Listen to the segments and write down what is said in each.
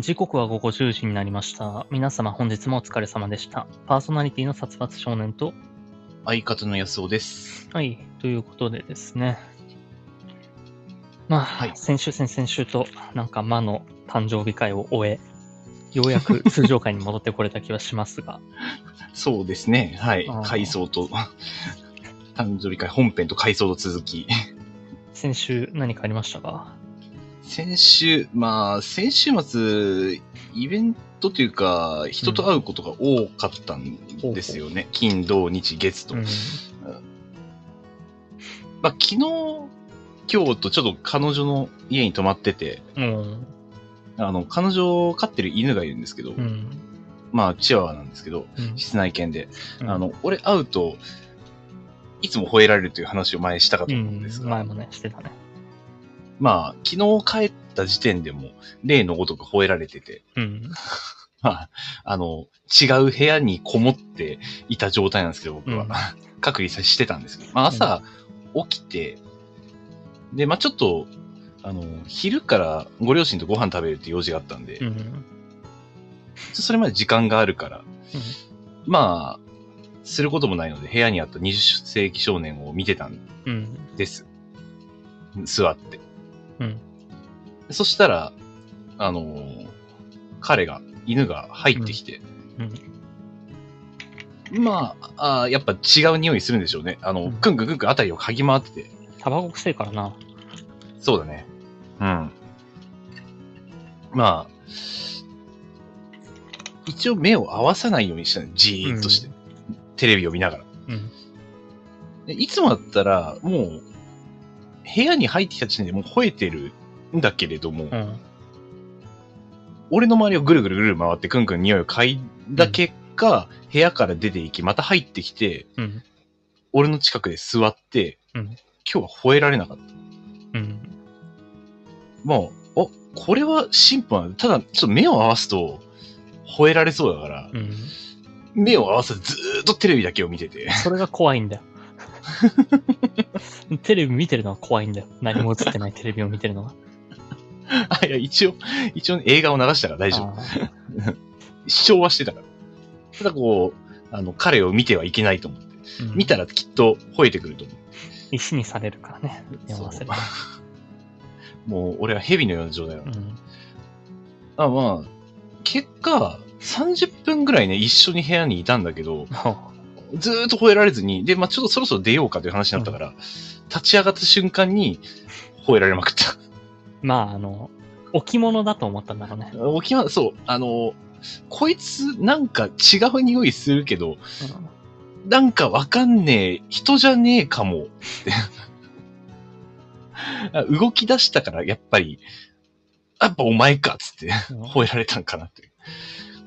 時刻は午後10時になりました。皆様本日もお疲れ様でした。パーソナリティの殺伐少年と、相方の安尾です。はい、ということでですね。まあ、はい先週、先々週と、なんか魔の誕生日会を終え、ようやく通常会に戻ってこれた気はしますが、 そうですね。はいあー。回想と、誕生日会本編と回想と続き。先週何かありましたか先週、まあ、先週末、イベントというか、人と会うことが多かったんですよね。金、土、日、月と。うん。まあ、昨日、今日とちょっと彼女の家に泊まってて、うん。あの、彼女飼ってる犬がいるんですけど、うん。まあ、チワワなんですけど、うん室内犬で。うんあ、の、俺会うと、いつも吠えられるという話を前したかとう思うんんです、が、前もね、してたね。まあ、昨日帰った時点でも、例のごとく吠えられてて、うん。まあ、あの、違う部屋にこもっていた状態なんですけど、僕は。うん隔離さしてたんですけど、まあ、朝起きて、で、まあ、ちょっと、あの、昼からご両親とご飯食べるって用事があったんで、うん。それまで時間があるから、まあ、することもないので、部屋にあった20世紀少年を見てたんでうん。です。座って。うんそしたら、あのー彼が、犬が入ってきて、まああー、やっぱ違う匂いするんでしょうね。あの、うんくんくんくんくんあたりを嗅ぎ回ってて。タバコ臭いからな。そうだね。うん。まあ、一応目を合わさないようにしたね。じーっとして。テレビを見ながら。うん。でいつもだったら、もう、部屋に入ってきた時点でもう吠えてるんだけれども、うん。俺の周りをぐるぐるぐる回ってくんくん匂いを嗅いだ結果、部屋から出て行き、また入ってきて、うん。俺の近くで座って、うん今日は吠えられなかった。うん。もう、あ、これは進歩なんだ。ただ、ちょっと目を合わすと、吠えられそうだから、うん。目を合わせずずーっとテレビだけを見てて、 それが怖いんだよ。テレビ見てるのは怖いんだよ。何も映ってないテレビを見てるのは。あ、いや、一応、一応映画を流したから大丈夫。あー視聴はしてたから。ただこう、あの、彼を見てはいけないと思って。うん見たらきっと吠えてくると思う。石にされるからね。読ませると。もう、俺は蛇のような状態なのう。ん。あまあ、結果、30分ぐらいね、一緒に部屋にいたんだけど、もずーっと吠えられずに、で、まあちょっとそろそろ出ようかという話になったから、立ち上がった瞬間に、吠えられまくった。うまあ、あの、置物だと思ったんだろうね。沖縄、そう、あの、こいつなんか違う匂いするけど、なんかわかんねえ、人じゃねえかも、って。あ動き出したから、やっぱり、やっぱお前か、つって、うん吠えられたんかなっていう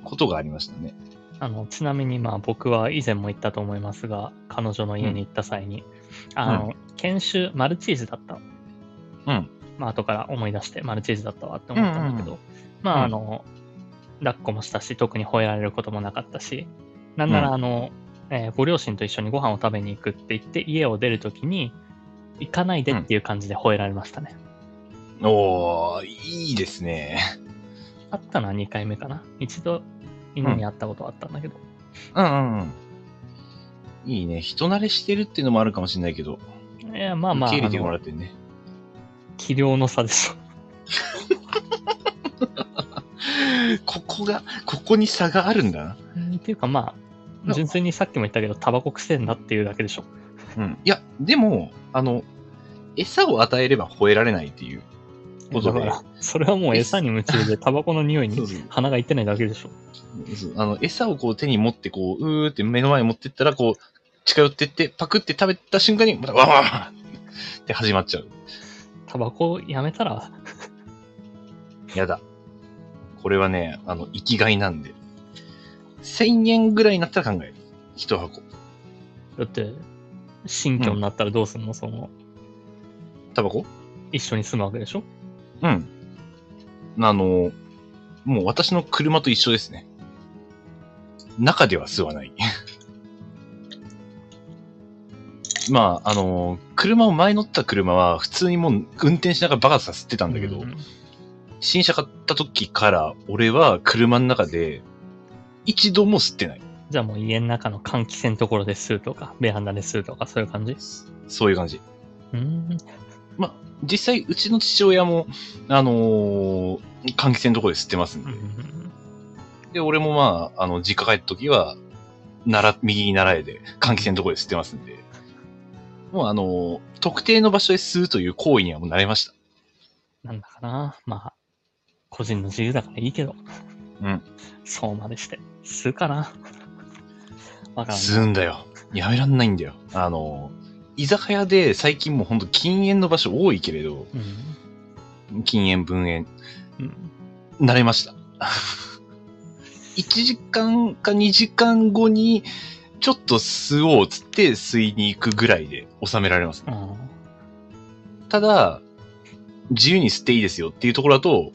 ことがありましたね。あのちなみに、まあ、僕は以前も言ったと思いますが、彼女の家に行った際に、あの、研修、マルチーズだったの。うん。まあ、後から思い出して、マルチーズだったわって思ったんだけど、うまうあ、んあの、抱っこもしたし、特に吠えられることもなかったし、なんなら、うあの、えーご両親と一緒にご飯を食べに行くって言って、家を出るときに、行かないでっていう感じで吠えられましたね。おー、いいですね。あったのは2回目かな。一度、犬に会ったことはあったんだけど、うんうんうん。いいね。人慣れしてるっていうのもあるかもしれないけど、いや、まあまあ、受け入れてあのもらってね。器量の差でしょ。ここが、ここに差があるんだな。うんっていうかまあ、な純粋にさっきも言ったけど、タバコくせえなっていうだけでしょ。うん。いや、でも、あの、餌を与えれば吠えられないっていう。そうだだかねら、それはもう餌に夢中で、タバコの匂いそうにそう鼻がいってないだけでしょ。そうあの、餌をこう手に持って、こう、うーって目の前に持ってったら、こう、近寄ってって、パクって食べた瞬間に、また、わわわって始まっちゃう。タバコやめたら、やだ。これはね、あの、生きがいなんで。1000円ぐらいになったら考える。一箱。だって、新居になったらどうすんの、その、タバコ一緒に住むわけでしょ。うん。あの、もう私の車と一緒ですね。中では吸わない。 まあ、あの、車を前乗った車は普通にもう運転しながらバカさ吸ってたんだけど、うん新車買った時から、俺は車の中で、一度も吸ってない。じゃあもう家の中の換気扇のところで吸うとか、ベランダで吸うとか、そういう感じそういう感じ。うーん。実際、うちの父親も、あのー換気扇のところで吸ってますんうで。んで、俺もまあ、あの、実家帰った時は、なら、右に習えで、換気扇のところで吸ってますんで。もうあのー特定の場所で吸うという行為にはもう慣れました。なんだかな。まあ、個人の自由だからいいけど。うん。そうまでして、吸うかな。わからん吸うんだよ。やめらんないんだよ。あのー居酒屋で最近もうほんと禁煙の場所多いけれど、うん。禁煙、分煙、うん。慣れました。1時間か2時間後に、ちょっと吸おうっつって吸いに行くぐらいで収められます。うん。ただ、自由に吸っていいですよっていうところだと、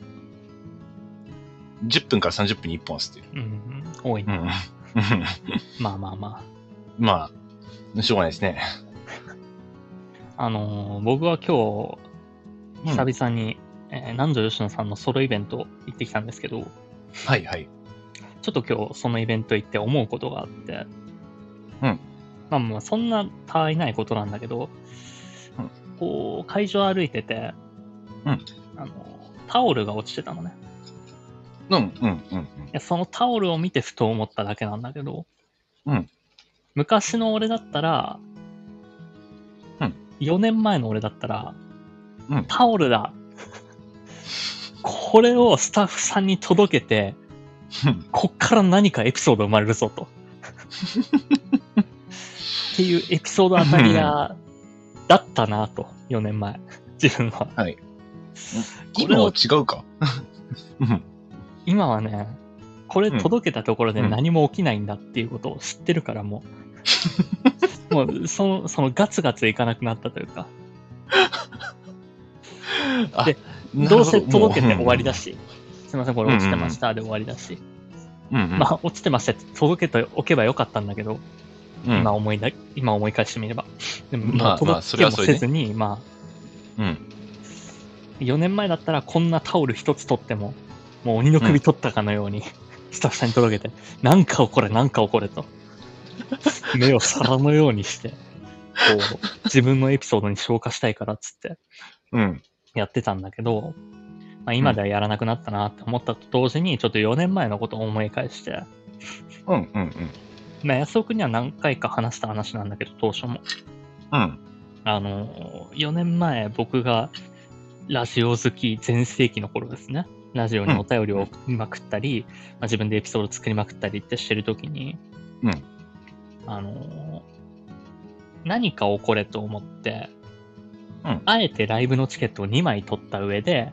10分から30分に1本は吸ってる。うん。多いね。うん。 まあまあままあ、しょうがないですね。あ。あのー僕は今うん日、久々に、えー南條吉野さんのソロイベント行ってきたんですけど、はいはい。ちょっと今日そのイベント行って思うことがあって、うん。まあまあ、そんなたわいないことなんだけど、うんこう、会場歩いてて、うん。あの、タオルが落ちてたのね。うん、うん、うん。いやそのタオルを見てふと思っただけなんだけど、うん。昔の俺だったら、うん。 4年前の俺だったら、うんタオルだこれをスタッフさんに届けて、 うんこっから何かエピソード生まれるぞ と。っていうエピソードあたりが、だったなと、4年前。自分は。これ今をは違うか。うん今はね、これうん届けたところでうん何も起きないんだっていうことを知ってるからも う。もうその、そのガツガツいかなくなったというか、 あでなどるうほせ届けてもう終わりだし、すみません、これ落ちてましたで終わりだし、うんうん、まあ落ちてましたって届けておけばよかったんだけど、うん今思いだ、今思い返してみれば。でも、まあまあ届そけもれはそれでせずに、まうん、あ、4年前だったらこんなタオル一つ取っても、もう鬼の首取ったかのように、スタッフさんに届けて、なんか起これ、なんか起これと、目を皿のようにして、こう、自分のエピソードに消化したいからっつってうん、やってたんだけど、まあ、今ではやらなくなったなって思ったと同時に、ちょっと4年前のことを思い返して、うん、うん、うんまあ、安尾君には何回か話した話なんだけど、当初も。うん、あの、4年前僕がラジオ好き全盛期の頃ですね。ラジオにお便りを送りまくったり、まあ、自分でエピソード作りまくったりってしてるときに、うんあの、何か起これと思って、うんあえてライブのチケットを2枚取った上で、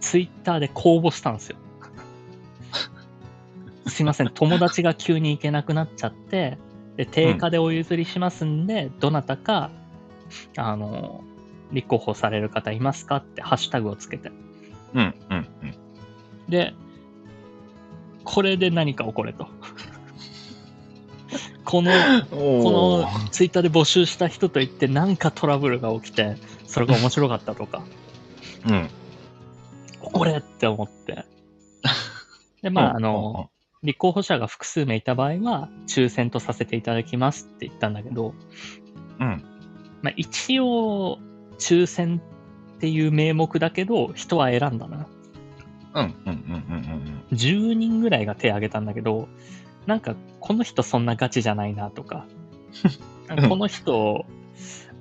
ツイッターで公募したん ですよ。すいません、友達が急に行けなくなっちゃって、で定価でお譲りしますんで、どなたか、あの、立候補される方いますかってハッシュタグをつけて。うん、うん、うん。で、これで何か起これと。 この、こおのーツイッターで募集した人といって何かトラブルが起きて、それが面白かったと か、うん。これって思って。で、まあ、あうんの、、立候補者が複数名いた場合は、抽選とさせていただきますって言ったんだけど、うん。まあ、一応、抽選っていう名目だけど、人は選んだな。うん、うん、うん、うん、うん10人ぐらいが手挙げたんだけど、なんか、この人そんなガチじゃないなと か、なんかこの人、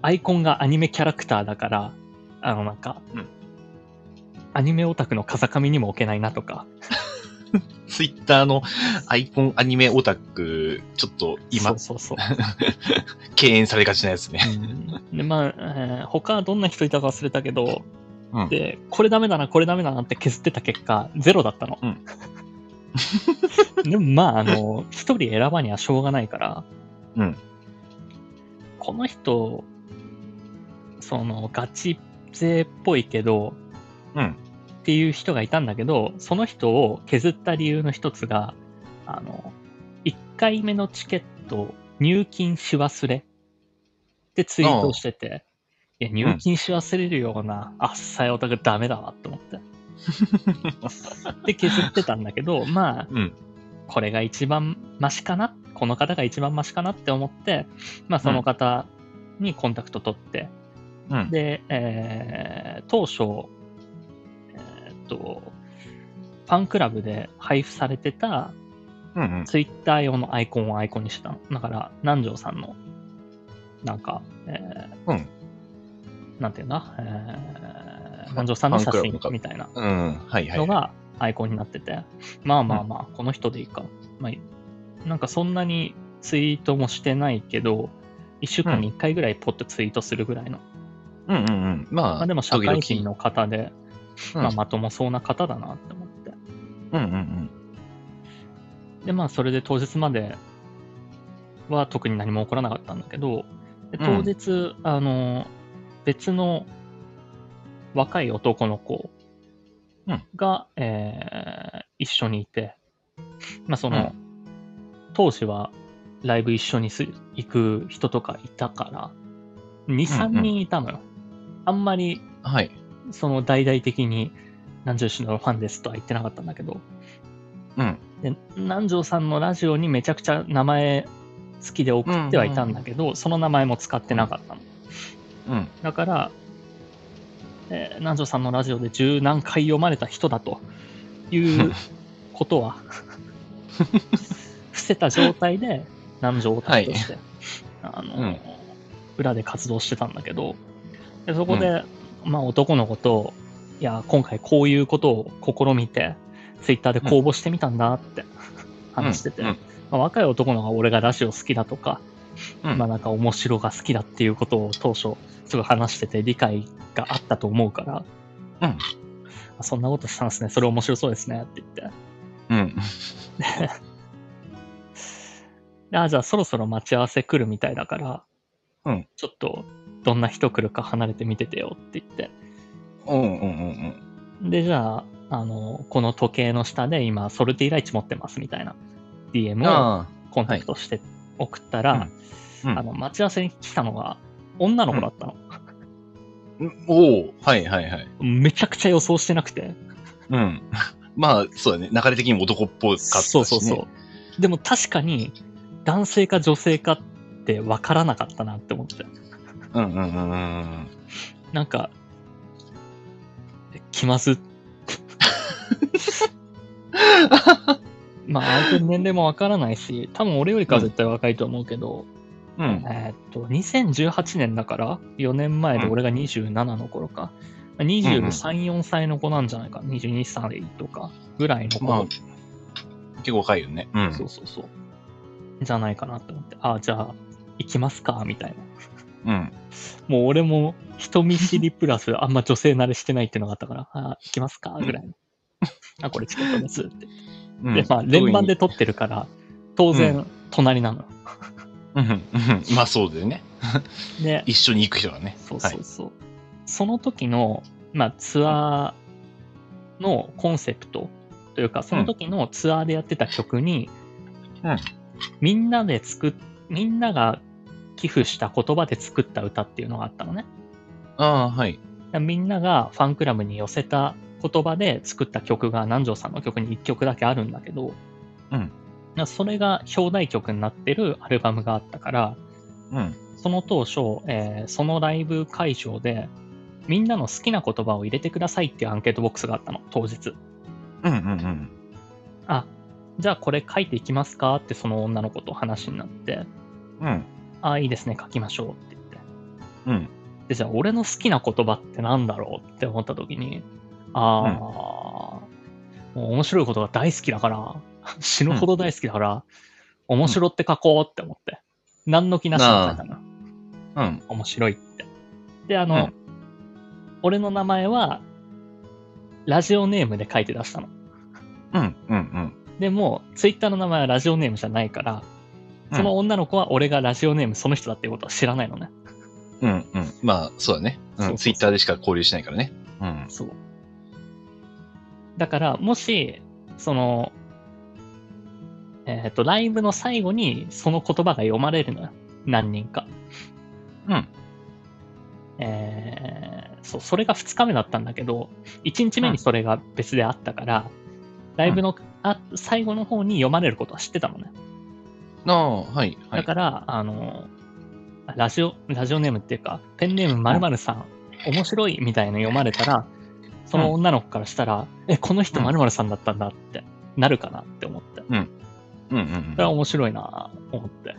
アイコンがアニメキャラクターだから、あの、なんか、うんアニメオタクの風上にも置けないなとか、うん。ツイッターのアイコンアニメオタク、ちょっと今、そうそうそう。敬遠されがちなやつね。で、まあ、えー他どんな人いたか忘れたけど、うんで、これダメだな、これダメだなって削ってた結果、ゼロだったの。うん でもまあ、あの、一人選ばにはしょうがないから、うんこの人、その、ガチ勢っぽいけど、うんっていう人がいたんだけど、その人を削った理由の一つが、あの、1回目のチケット入金し忘れってツイー トをしてて、いや、入金し忘れるような、あっさいオタクダメだわって思って。で削ってたんだけど、まあ、うん。これが一番マシかな、この方が一番マシかなって思って、まあ、その方にコンタクト取って、うん。で、えー当初、えーっと、ファンクラブで配布されてたうんうん。ツイッター用のアイコンをアイコンにしたの。だから、南條さんの、なんか、えーうんなんていうんだ、えー南條さんの写ファンクラブ真のかみたいなうん。はいはい。のがアイコンになってて、まあまあまあ、この人でいいか。まあ、なんかそんなにツイートもしてないけど、1週間に1回ぐらいポッとツイートするぐらいの。うんうんうん。まあ、まあでも社会人時々の方で、うんまあまともそうな方だなって思って。うんうんうん。でまあそれで当日までは特に何も起こらなかったんだけどでう当ん日、あの別の若い男の子うんが、えー一緒にいて、まあ、そうの、当時はライブ一緒にす行く人とかいたからうんう23ん人いたのよ、あんまりはい。そその大々的に何十氏のファンですとは言ってなかったんだけど、うん。で南條さんのラジオにめちゃくちゃ名前好きで送ってはいたんだけど、その名前も使ってなかったのうん。だから、えー南條さんのラジオで十何回読まれた人だということは伏せた状態で南條オタクとして、あのうん裏で活動してたんだけどでそこで、まあ、男の子といや今回こういうことを試みてツイッターで公募してみたんだって話してて、うんまあ、若い男の子が俺がラジオ好きだとか、うんまあなんか面白が好きだっていうことを当初すごい話してて理解があったと思うから、うんまあそんなことしたんですねそれ面白そうですねって言ってうん。であじゃあそろそろ待ち合わせ来るみたいだから、うんちょっとどんな人来るか離れて見ててよって言ってうんうんうんでじゃああのこの時計の下で今ソルティライチ持ってますみたいなうん。 DM をあコンタクトして送ったら、あ。うんあの待ち合わせに来たのが女の子だったの、うんおおはいはいはい。めちゃくちゃ予想してなくてうん。 まあ、そうだね。流れ的にも男っぽかったし、ね。そうそうそうでも確かに男性か女性かって分からなかったなって思ってう。うんうんうんうんなんかえ気まずまあ相手の年齢も分からないし多分俺よりかは絶対若いと思うけど、うん。うん。えーっと2018年だから4年前で俺が27の頃か、23、4歳の子なんじゃないか22歳とかぐらいの子、まあ、結構若いよね。うん。そうそうそう。じゃないかなと思って、ああ、じゃあ、行きますか、みたいな。うん。もう俺も人見知りプラ ス、あんま女性慣れしてないっていうのがあったから、ああ、行きますか、ぐらいの。あ、これチケットですって。うんで、まあ、連番で。撮ってるから、当う然、隣なの。特にうんうん うんまあ、そうだよね。で、一緒に行く人がね。そうはそいうそう。その時の、まあ、ツアーのコンセプトというか、その時のツアーでやってた曲に、うんみんなで作っ、みんなが寄付した言葉で作った歌っていうのがあったのね。ああ、はい。みんながファンクラブに寄せた言葉で作った曲が南條さんの曲に1曲だけあるんだけど、うんなそれが表題曲になってるアルバムがあったから、うん。その当初、えーそのライブ会場で、みんなの好きな言葉を入れてくださいっていうアンケートボックスがあったの、当日。うんうんあ、じゃあこれ書いていきますかってその女の子と話になって、うん。うん。あ、いいですね、書きましょうって言って。うん。で、じゃあ俺の好きな言葉ってなんだろうって思った時に、あー、もう面白いことが大好きだから、死ぬほど大好きだから、面白って書こうって思って。何の気なしに書いたの。うん。面白いって。で、あの、うん俺の名前は、ラジオネームで書いて出したの。うん。うん。でも、ツイッターの名前はラジオネームじゃないから、うんその女の子は俺がラジオネームその人だっていうことは知らないのね。うんうん。まあ、そうだね。そうそううそん。うツイッターでしか交流しないからね。うん。そう。だから、もし、その、えっ、と、ライブの最後にその言葉が読まれるのよ。何人か。うん。えーそう、それが2日目だったんだけど、1日目にそれが別であったから、ライブの、あ最後の方に読まれることは知ってたのね。ああ、はい、はだい。から、あの、ラジオ、ラジオネームっていうか、ペンネーム〇〇さん、面白いみたいな読まれたら、その女の子からしたら、え、この人うん〇〇さんだったんだって、なるかなって思って。うんうんそれは面白いなぁ思って。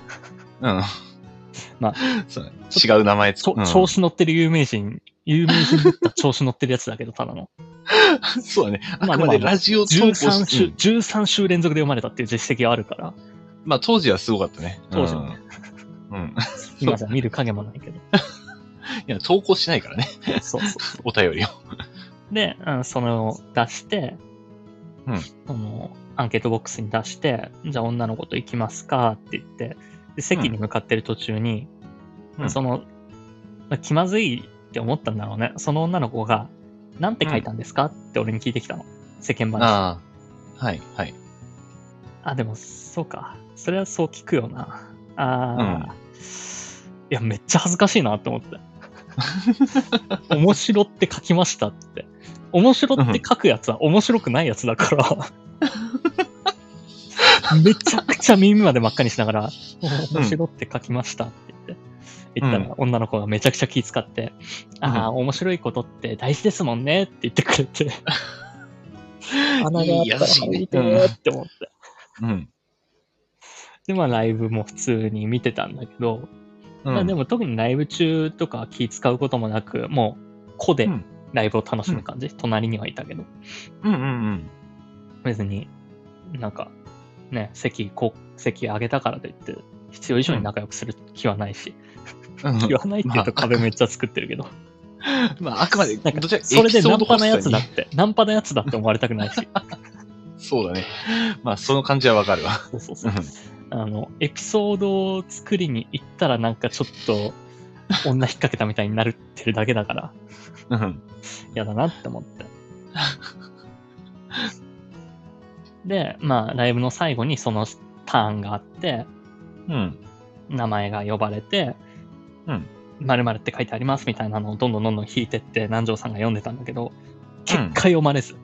うん。うん。まあ そう違う名前つちょうん調子乗ってる有名人、有名人だ ったら調子乗ってるやつだけど、ただの。そうだね。あまあくまででもラジオ投稿13し週、うん13週連続で読まれたっていう実績があるから、まあ当時はすごかったね。当時はねうん。うん。今じゃ見る影もないけど。いや、投稿しないからね。そうそうお便りを。で、うん、それを出して、うんそのアンケートボックスに出して、じゃあ女の子と行きますかって言って、で席に向かってる途中に、うんその、まあ気まずいって思ったんだろうね。その女の子が、なんて書いたんですか、って俺に聞いてきたの。世間話。あああ。はい、はい。でも、そうか。それはそう聞くよな。ああ、いや、めっちゃ恥ずかしいなって思って。 面白って書きましたって。面白って書くやつは面白くないやつだから。めちゃくちゃ耳まで真っ赤にしながら、面白って書きましたって言って。言ったら、う女の子がめちゃくちゃ気使って、ああ、面白いことって大事ですもんねって言ってくれて、穴があったら入いてねって思って。うん。で、まあライブも普通に見てたんだけど、うんまあでも特にライブ中とか気使うこともなく、もう個でうんライブを楽しむ感じ、隣にはいたけど、うんうん別になんかね、席、こ席上げたからといって、必要以上に仲良くする気はないし、うん。うん気はないって言うとまあ壁めっちゃ作ってるけど、 まあ、あくまで、などんかちらかそれでナンパなやつだだって、ナンパなやつだって思われたくないし、そうだね。まあ、その感じはわかるわ。そうそうそうう。あの、エピソードを作りに行ったらなんかちょっと、女引っ掛けたみたいになるってるだけだから、んうん。嫌だなって思って。で、まあ、ライブの最後にそのターンがあって、うん。名前が呼ばれて、うん。 〇〇って書いてありますみたいなのをどんどんどんどん引いてって南條さんが読んでたんだけど、結果読まれ ず。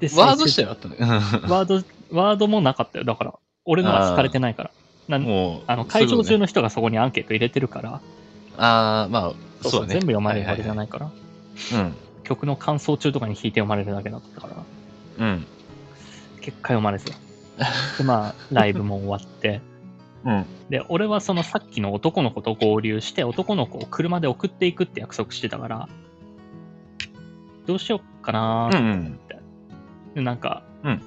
でワ最ード終自体はあったね。うんワード、ワードもなかったよ。だから、俺のが疲れてないから。なんもう、あの会場中の。の人がそこにアンケート入れてるから、ああ、まあ、そうそそううだね。全部読まれるわけじゃない。ないから、はいはい曲の感想中とかに弾いて読まれるだけだったから、うん。うん。結果読まれ ず。で、まあ、ライブも終わって、うん。で、俺はそのさっきの男の子と合流して、男の子を車で送っていくって約束してたから、どうしよっかなうーっん。て、なんか、うん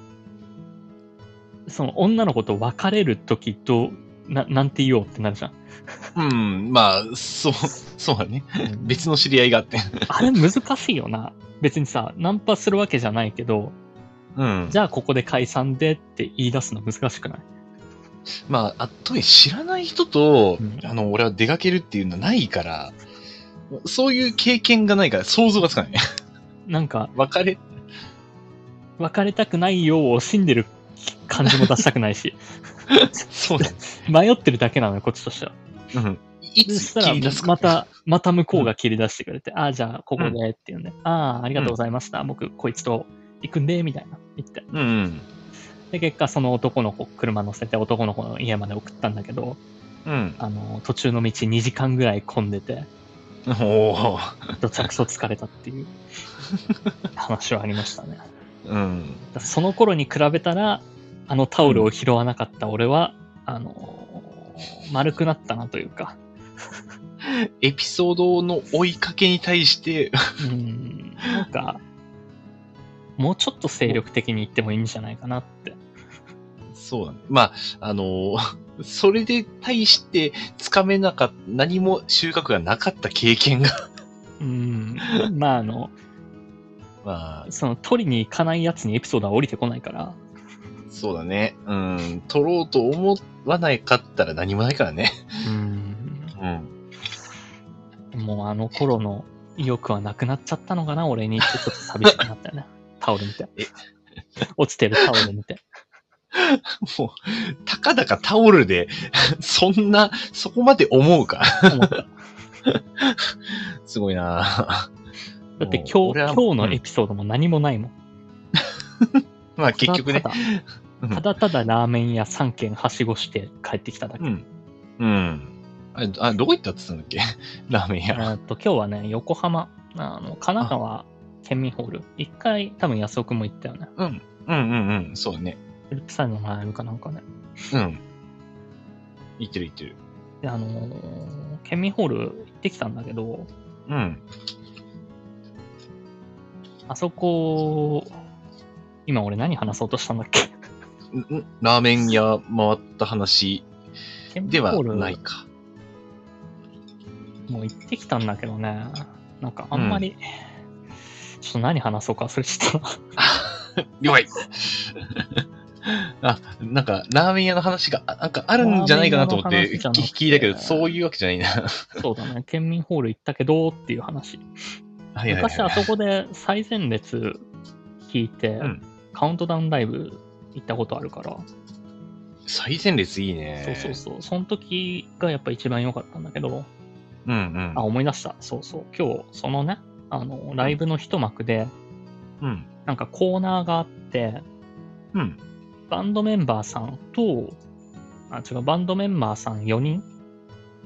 その女の子と別れるときどう、ななんて言おうってなるじゃん。うん。まあ、そう、そうだね。 別の知り合いがあって。あれ難しいよな。別にさ、ナンパするわけじゃないけど、うん。じゃあここで解散でって言い出すの難しくないまあ、あとに知らない人と、うんあの、俺は出かけるっていうのはないから、そういう経験がないから想像がつかない。 なんか、別れ、別れたくないよう惜しんでる感じも出したくないし、 そうだね。迷ってるだけなのよ、こっちとしては。うん。いそつした切り出すら、か。また、また向こうが切り出してくれて、ああ、じゃあここでっていうんで、ああ、ありがとうございました。僕、こいつと行くんで、みたいな。言って。うんうん。で、結果、その男の子、車乗せて男の子の家まで送ったんだけど、うん。あの、途中の道2時間ぐらい混んでて、おお。どちゃくそ疲れたっていう話はありましたね。だかうん。らその頃に比べたら、あのタオルを拾わなかった俺は、あのー丸くなったなというか、エピソードの追いかけに対して、 うん、なんか、もうちょっと精力的に言ってもいいんじゃないかなって。そうだね。まあ、あのそれで対してつかめなかった、何も収穫がなかった経験が、 うん、まああの、まあ、その取りに行かないやつにエピソードは降りてこないから、そうだね。うん、取ろうと思わないかったら何もないからね。うん、うん。もうあの頃の意欲はなくなっちゃったのかな、 俺にってちょっと寂しくなったよね。タオル見てえ。落ちてるタオル見て。もう、たかだかタオルで、そんな、そこまで思うか。思ったすごいなだって今も日、う俺は今日のエピソードも何もないもん。まあ結局ねた。だうたんだただただラーメン屋3軒はしごして帰ってきただけ。うん。うん。あれ、あどこ行ったって言ったんだっけ ラーメンえ屋。ーっと、今日はね、横浜、あの神奈川県民ホール、一回多分安尾くんも行ったよね。うん。うんうんうん。そうね。フリップサイドのライブかなんかね。うん。行ってる行ってる。で、あのー県民ホール行ってきたんだけど、うん。あそこ、今俺何話そうとしたんだっ けんんラーメン屋回った話県で民ホーはルないか。もう行ってきたんだけどね、なんかあんまり、ちょっと何話そうか忘れちゃったな。弱い あ、なんか、ラーメン屋の話が、あなんかあるんじゃないかなと思ってラーメン屋の話じゃなくて聞聞いたけど、そういうわけじゃないな。 そうだね、県民ホール行ったけどっていう話。はいはい昔はあい。そこで最前列聞いてうん、カウントダウンライブ行ったことあるから、最前列いいね。そうそうそう、その時がやっぱ一番良かったんだけど、う。うんあ、思い出した、そうそう、今日そのね、あの、ライブの一幕で、うん。うん。なんかコーナーがあって、うん。バンドメンバーさんと、あ、違う、バンドメンバーさん4人、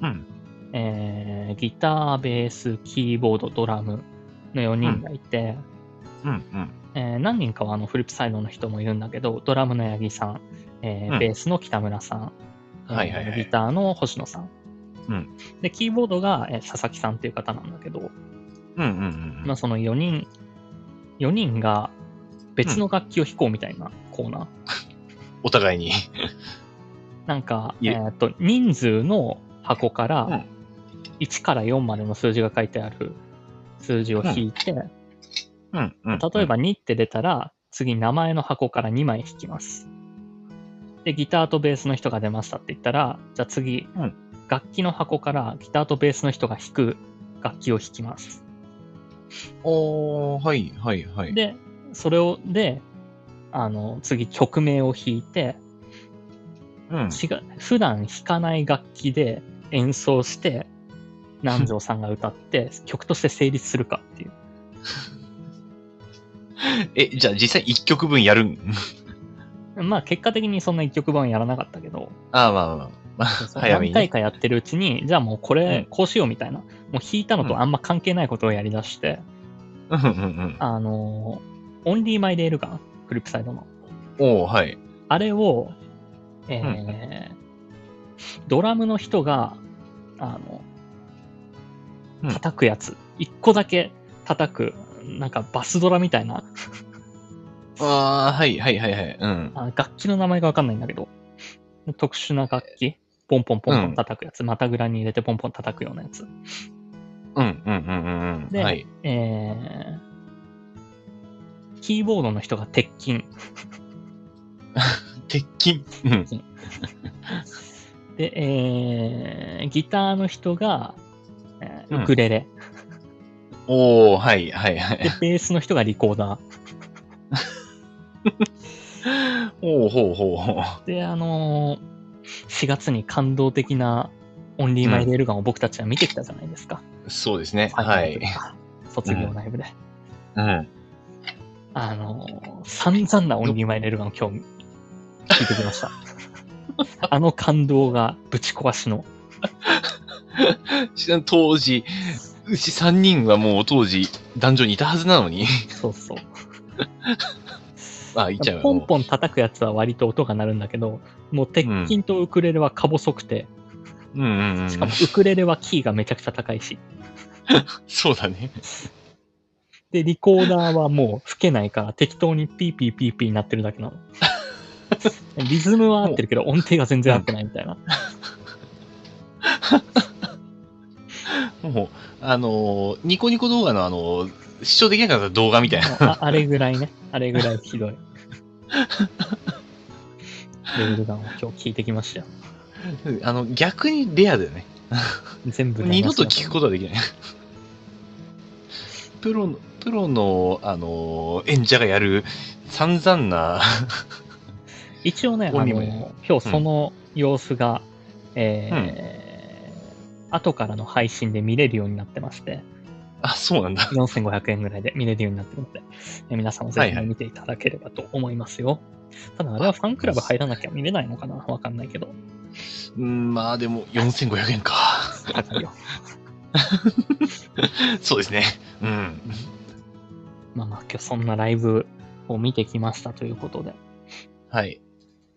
うん。えーギター、ベース、キーボード、ドラムの4人がいて、うん。うん。えー何人かはあのフリップサイドの人もいるんだけど、ドラムの八木さん、えーうんベースの北村さん、えーはいはいはいギターの星野さん。うんで、キーボードが、えー佐々木さんっていう方なんだけど、うん。うん。うまあ、ん。その4人、4人が別の楽器を弾こうみたいなコーナー。お互いに。なんか、いええーっと、人数の箱かうらん、 1から4までの数字が書いてある数字を引いて、うん。うん。例えば2って出たら、次名前の箱から2枚引きます。で、ギターとベースの人が出ましたって言ったら、じゃあ次、うん楽器の箱からギターとベースの人が弾く楽器を弾きます。おー、はい、はい、はい。で、それを、で、あの、次曲名を弾いて、うん。違う普段弾かない楽器で演奏して、南條さんが歌って、曲として成立するかっていう。え、じゃあ実際1曲分やるんまあ、結果的にそんな1曲分はやらなかったけど、ああ、まあまあまあ。早何めに回ね。かやってるうちに、じゃあもうこうんれ、こうしようみたいな、もう弾いたのとあんま関係ないことをやりだして、うんうんうん。あのー、オンリーマイレールガン、フリップサイドの。おー、はい。あれを、えードラムの人が、あうんの、叩くやつ、一個だけ叩く、なんかバスドラみたいな、ああ、はい、はい、はい、はい。うん。あ楽器の名前がわかんないんだけど、特殊な楽器、ポンポンポンポン叩くやつ、またぐらに入れてポンポン叩くようなやつ。うん、うん、うん、うんうん。ではい。えーキーボードの人が鉄筋。鉄筋。うん。で、えーギターの人が、えーうんウクレレ。おー、はい、はい、はでい。、ベースの人がリコーダおー、ほうほうほう。ー。で、あのー4月に感動的なオンリーマイレールガンを僕たちは見てきたじゃないですか。そうですね。はいファイナル。とか卒業ライブで。うん。あのー散々なオンリーマイレールガンを 今日聞いてきました。あの感動がぶち壊しの。当時、うち3人はもう当時、壇上にいたはずなのに。そうそう。あ、いっちゃうよポンポン叩くやつは割と音が鳴るんだけど、もう鉄筋とウクレレはか細くて、うんうんうん。しかもウクレレはキーがめちゃくちゃ高いし、そうだね。で、リコーダーはもう吹けないから適当にピーピーピーピーになってるだ けなの。リズムは合ってるけど音程が全然合ってないみたいな。もう、あのーニコニコ動画のあのー視聴できなかった動画みたいな。あ あれぐらいね、あれぐらいひどい。レールガンを今日聞いてきましたよ。あの、逆にレアだよね。全部二度と聞くことはできない。プロの、プロの、あのー演者がやる散々な一応ね、あ鬼もいないの今日その様子が、えー後からの配信で見れるようになってまして、 あ、そうなんだ。 4500円ぐらいで見れるようになってるので、えー皆さんもぜひね見ていただければと思いますよ。ただ、あれはファンクラブ入らなきゃ見れないのかなわかんないけど。うん、まあでも4500円か。高いよ。そうですね。うん。まあまあ、今日そんなライブを見てきましたということで、はい。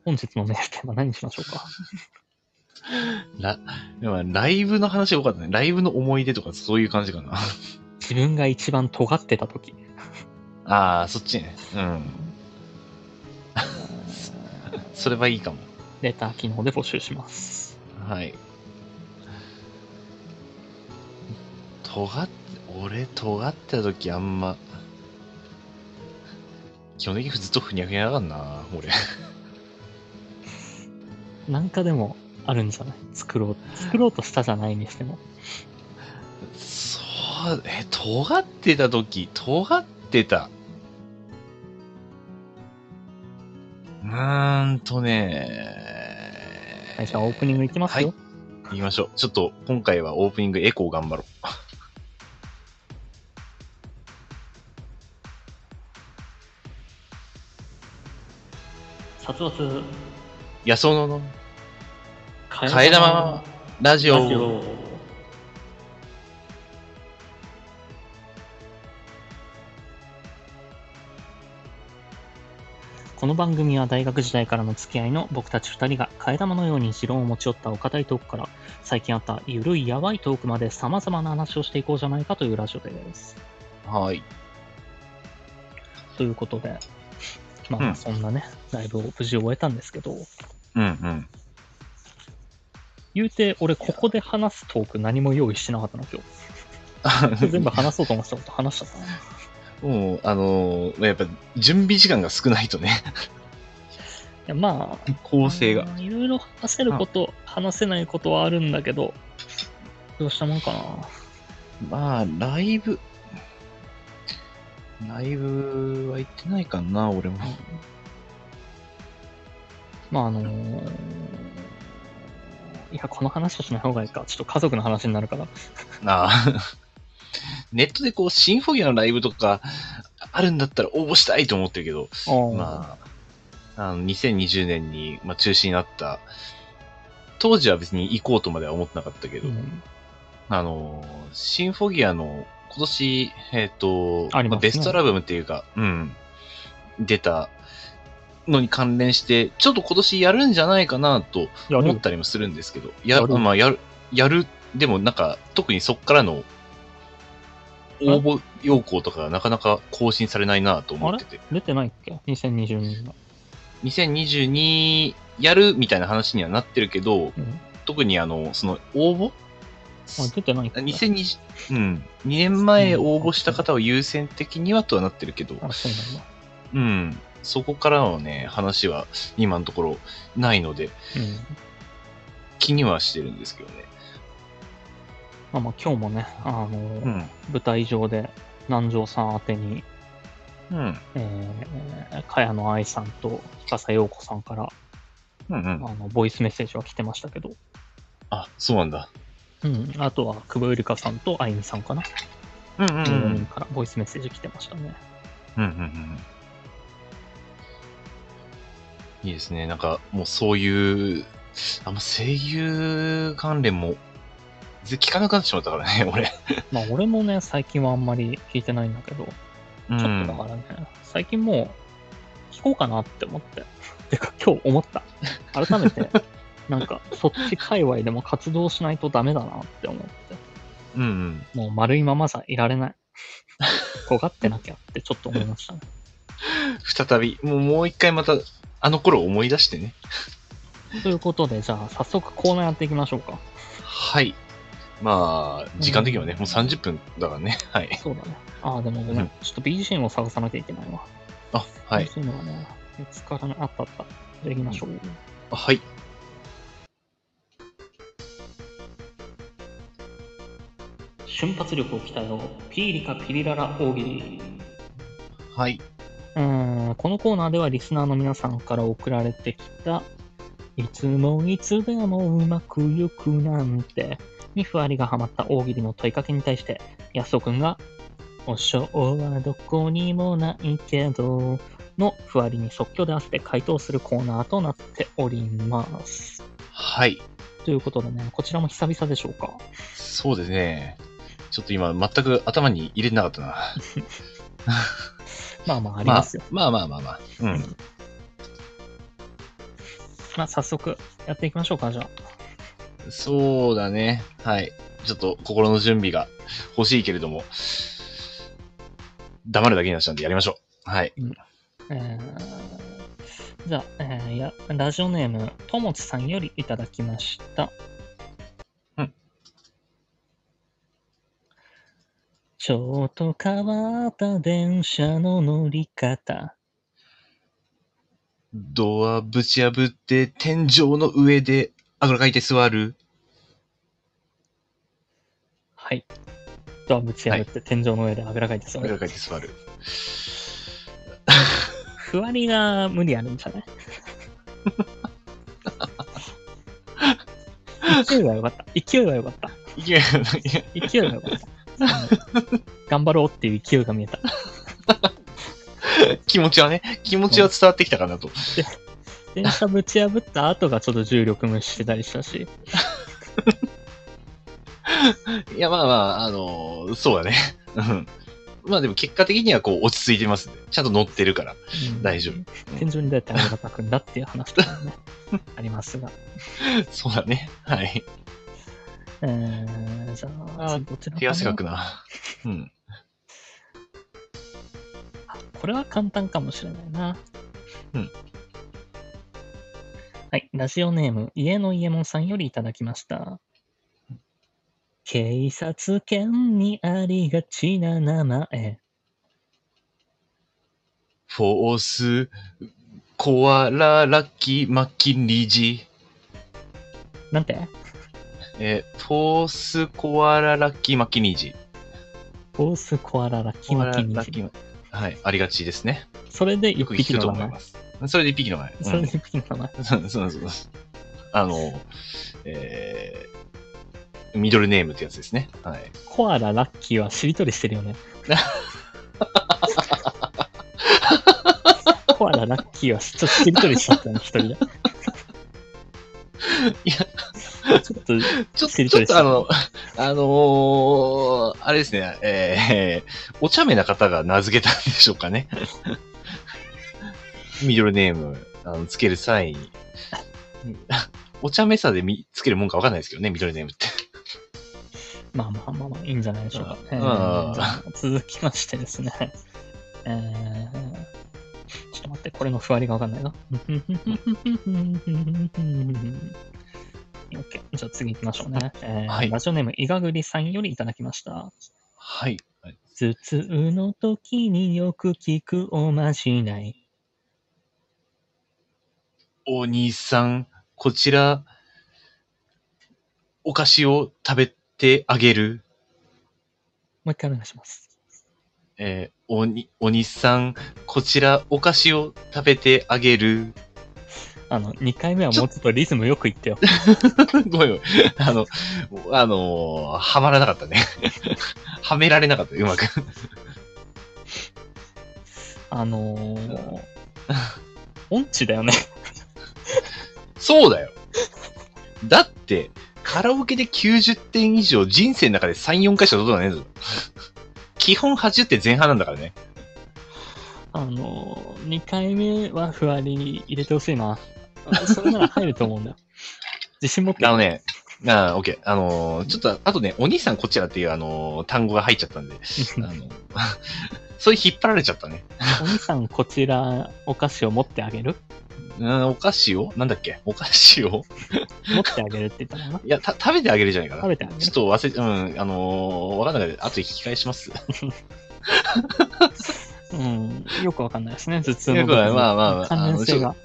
本日のメールテーマ何にしましょうか。ラ、でもライブの話多かったね。ライブの思い出とかそういう感じかな。自分が一番尖ってた時。ああ、そっちね。うん。それはいいかも。レター機能で募集します。はい。尖っ、俺、尖ってた時あんま、基本的にずっとふにゃふにゃだからな、俺。なんかでもあるんじゃない作ろう。作ろうとしたじゃないにしても。そう、え、尖ってた時、尖ってた。うーんとね、はいじゃあオープニングいきますよ。はい言いましょう。ちょっと今回はオープニングエコー頑張ろう。殺伐、やそのの替替え玉ラジラジオ。オ。この番組は大学時代からの付き合いの僕たち2人が替え玉のように持論を持ち寄ったお堅いトークから最近あったゆるいやばいトークまで様々な話をしていこうじゃないかというラジオです。はい。ということで、まあうまあんそんなね、ライブを無事終えたんですけど、うんうん。言うて俺ここで話すトーク何も用意してなかったの今 日。全部話そうと思ってたこと話しちゃったな。もう、あのーやっぱ準備時間が少ないとね、いやまあ、構成うが。ん。いろいろ話せること、話せないことはあるんだけど、どうしたもんかな。まあ、ライブ、ライブは行ってないかな、俺も。まあ、あのーいや、この話はしない方がいいか。ちょっと家族の話になるから。あ あ。ネットでこう、シンフォギアのライブとか、あるんだったら応募したいと思ってるけど、まあ、まあ、あの、2020年に、まあ、中止になった、当時は別に行こうとまでは思ってなかったけど、うんあの、シンフォギアの今年、えっ、と、ありますねあベストアルバムっていうか、うん、出たのに関連して、ちょっと今年やるんじゃないかなとや思るったりもするんですけど、ややるまあ、やる、やる、でもなんか、特にそっからの応募要項とかがなかなか更新されないなと思ってて、出てないっけ ?2020 年が。 2022やるみたいな話にはなってるけど、うん特にあの、その応募あ出てないっけ2020うん、2年前応募した方を優先的にはとはなってるけど、あ、そうなんだ。うん、そこからのね、話は今のところないので、うん。気にはしてるんですけどね。まあまあ、今日もね、あのーうん。舞台上で南條さん宛てに、うん。えー、茅野愛さんと深瀬陽子さんからうん、うあん。のボイスメッセージは来てましたけど、あ、そうなんだ。うん、あとは久保ゆりかさんとあゆみさんかな、うんうんうん。う4人んからボイスメッセージ来てましたね。うんうん。いいですね。なんか、もうそういう、あんま声優関連も、ぜ聞かなくなってしまったからね、 俺。まあ俺もね、最近はあんまり聞いてないんだけど、ちうょっとだからね、最近もう聞こうかなって思って、 てか今日思った。改めて、なんかそっち界隈でも活動しないとダメだなって思って。うんうん。もう丸いままじゃいられ ない。尖ってなきゃってちょっと思いましたね。再び、もうもう一回また、あの頃を思い出してね。ということで、じゃあ早速コーナーやっていきましょうか。はい。まあ、時間的にはね、うんもう30分だからね。 はい。そうだね。ああ、でもごめん、うんちょっと BGM を探さなきゃいけないわ。あ、はい。そういうのがね、見つからなあったあった。じゃあ行きましょう。あはい。瞬発力を鍛えよう。ピーリカピリララ大喜利。はい。うーん、ーこのコーナーではリスナーの皆さんから送られてきた、いつもいつでもうまくゆくなんて、にふわりがハマった大喜利の問いかけに対して、安尾くんが、お尚はどこにもないけど、のふわりに即興で合わせて回答するコーナーとなっております。はい。ということでね、こちらも久々でしょうか。そうですね。ちょっと今、全く頭に入れてなかったな。まあまあありますよ。まあまあまあまあ。うん。まあ早速やっていきましょうか、じゃあ。そうだね。はい。ちょっと心の準備が欲しいけれども、黙るだけになっちゃうんでやりましょう。はい。えーじゃあ、えーや、ラジオネーム、ともつさんよりいただきました。うんちょっと変わった電車の乗り方。ドアぶち破って天井の上であぐらかいて座る。はい。ドアぶち破って天井の上であぐらかいてそあうぐらかいて座る。ふわりが無理あるんじゃ ない勢いはよかった。勢いはよかった。いや、いや、勢いがよかった。あの頑張ろうっていう勢いが見えた。 気持ちはね、気持ちは伝わってきたかなと。電車ぶち破った後がちょっと重力無視してたりしたし、いや、まあまあ、あのーそうだね。うん。まあでも結果的にはこう落ち着いてますね。ちゃんと乗ってるから。うん大丈夫。天井にどうやってあがくんだっていう話とか もね、ありますが。そうだね。はい。えー、じゃあ、あーどちら手汗かくな。な。うん。これは簡単かもしれないな。うん。はい、ラジオネーム、家の家門さんよりいただきました。警察犬にありがちな名前。フォース、コアラ、ラッキー、マッキンリージ。なんてえーフォース、コアラ、ラッキー、マッキンリージ。オースコアララキコアマラ、キニラッジキー、はい。ありがちですね。それでよ一く聞匹くとの思名い前ま。す。それで一匹の前。うんそれで一匹の名前。そうそうそう。あの、えー、ミドルネームってやつですね。はい。コアララッキーはしりとりしてる よね。コアララッキーはちょっとしりとりしちゃったね、一人で。いや、ちょっと、ちょっしと、りちとょりしてっとあの、あのーあれですね、えー、お茶目な方が名付けたんでしょうかね。ミドルネームあのつける際に。お茶目さでみつけるもんかわかんないですけどね、ミドルネームって。まあまあまあまあ、いいんじゃないでしょうか。えーああじゃあ続きましてですね。えーちょっと待って、これのふわりがわかんないな。OK。じゃあ次行きましょうね。えーはいラジオネーム、いがぐりさんよりいただきました。はい。頭痛の時によく聞くおまじない。お兄さん、こちら、お菓子を食べてあげる。もう一回お願いします。えー、おに、お兄さん、こちら、お菓子を食べてあげる。 あの、2回目はもうちょっとリズムよく言ってよ。ごめんごめん。あの、あのーはまらなかったね。 はめられなかった、うまく。あのー、 音痴だよね。そうだよ。だって、カラオケで90点以上人生の中で3、4回しか取ったことないぞ。基本80点前半なんだからね。あのー、2回目はふわりに入れてほしいな。それなら入ると思うん だよ。自信持ってあ。のね、あー、オッケー。あのーちょっと、あとね、お兄さんこちらっていう、あのー単語が入っちゃったんで、あの それ引っ張られちゃったね。お兄さん、こちら、お菓子を持ってあげるうん、お菓子をなんだっけお菓子を持ってあげるって言ったのかいや、た食べてあげるじゃないかな。食べてあげるちょっと忘れ、うん、あのー、わかんないから、後で引き返します。なうん、よくわかんないですね、頭痛のよくわかんないまあまあまあ関連性が。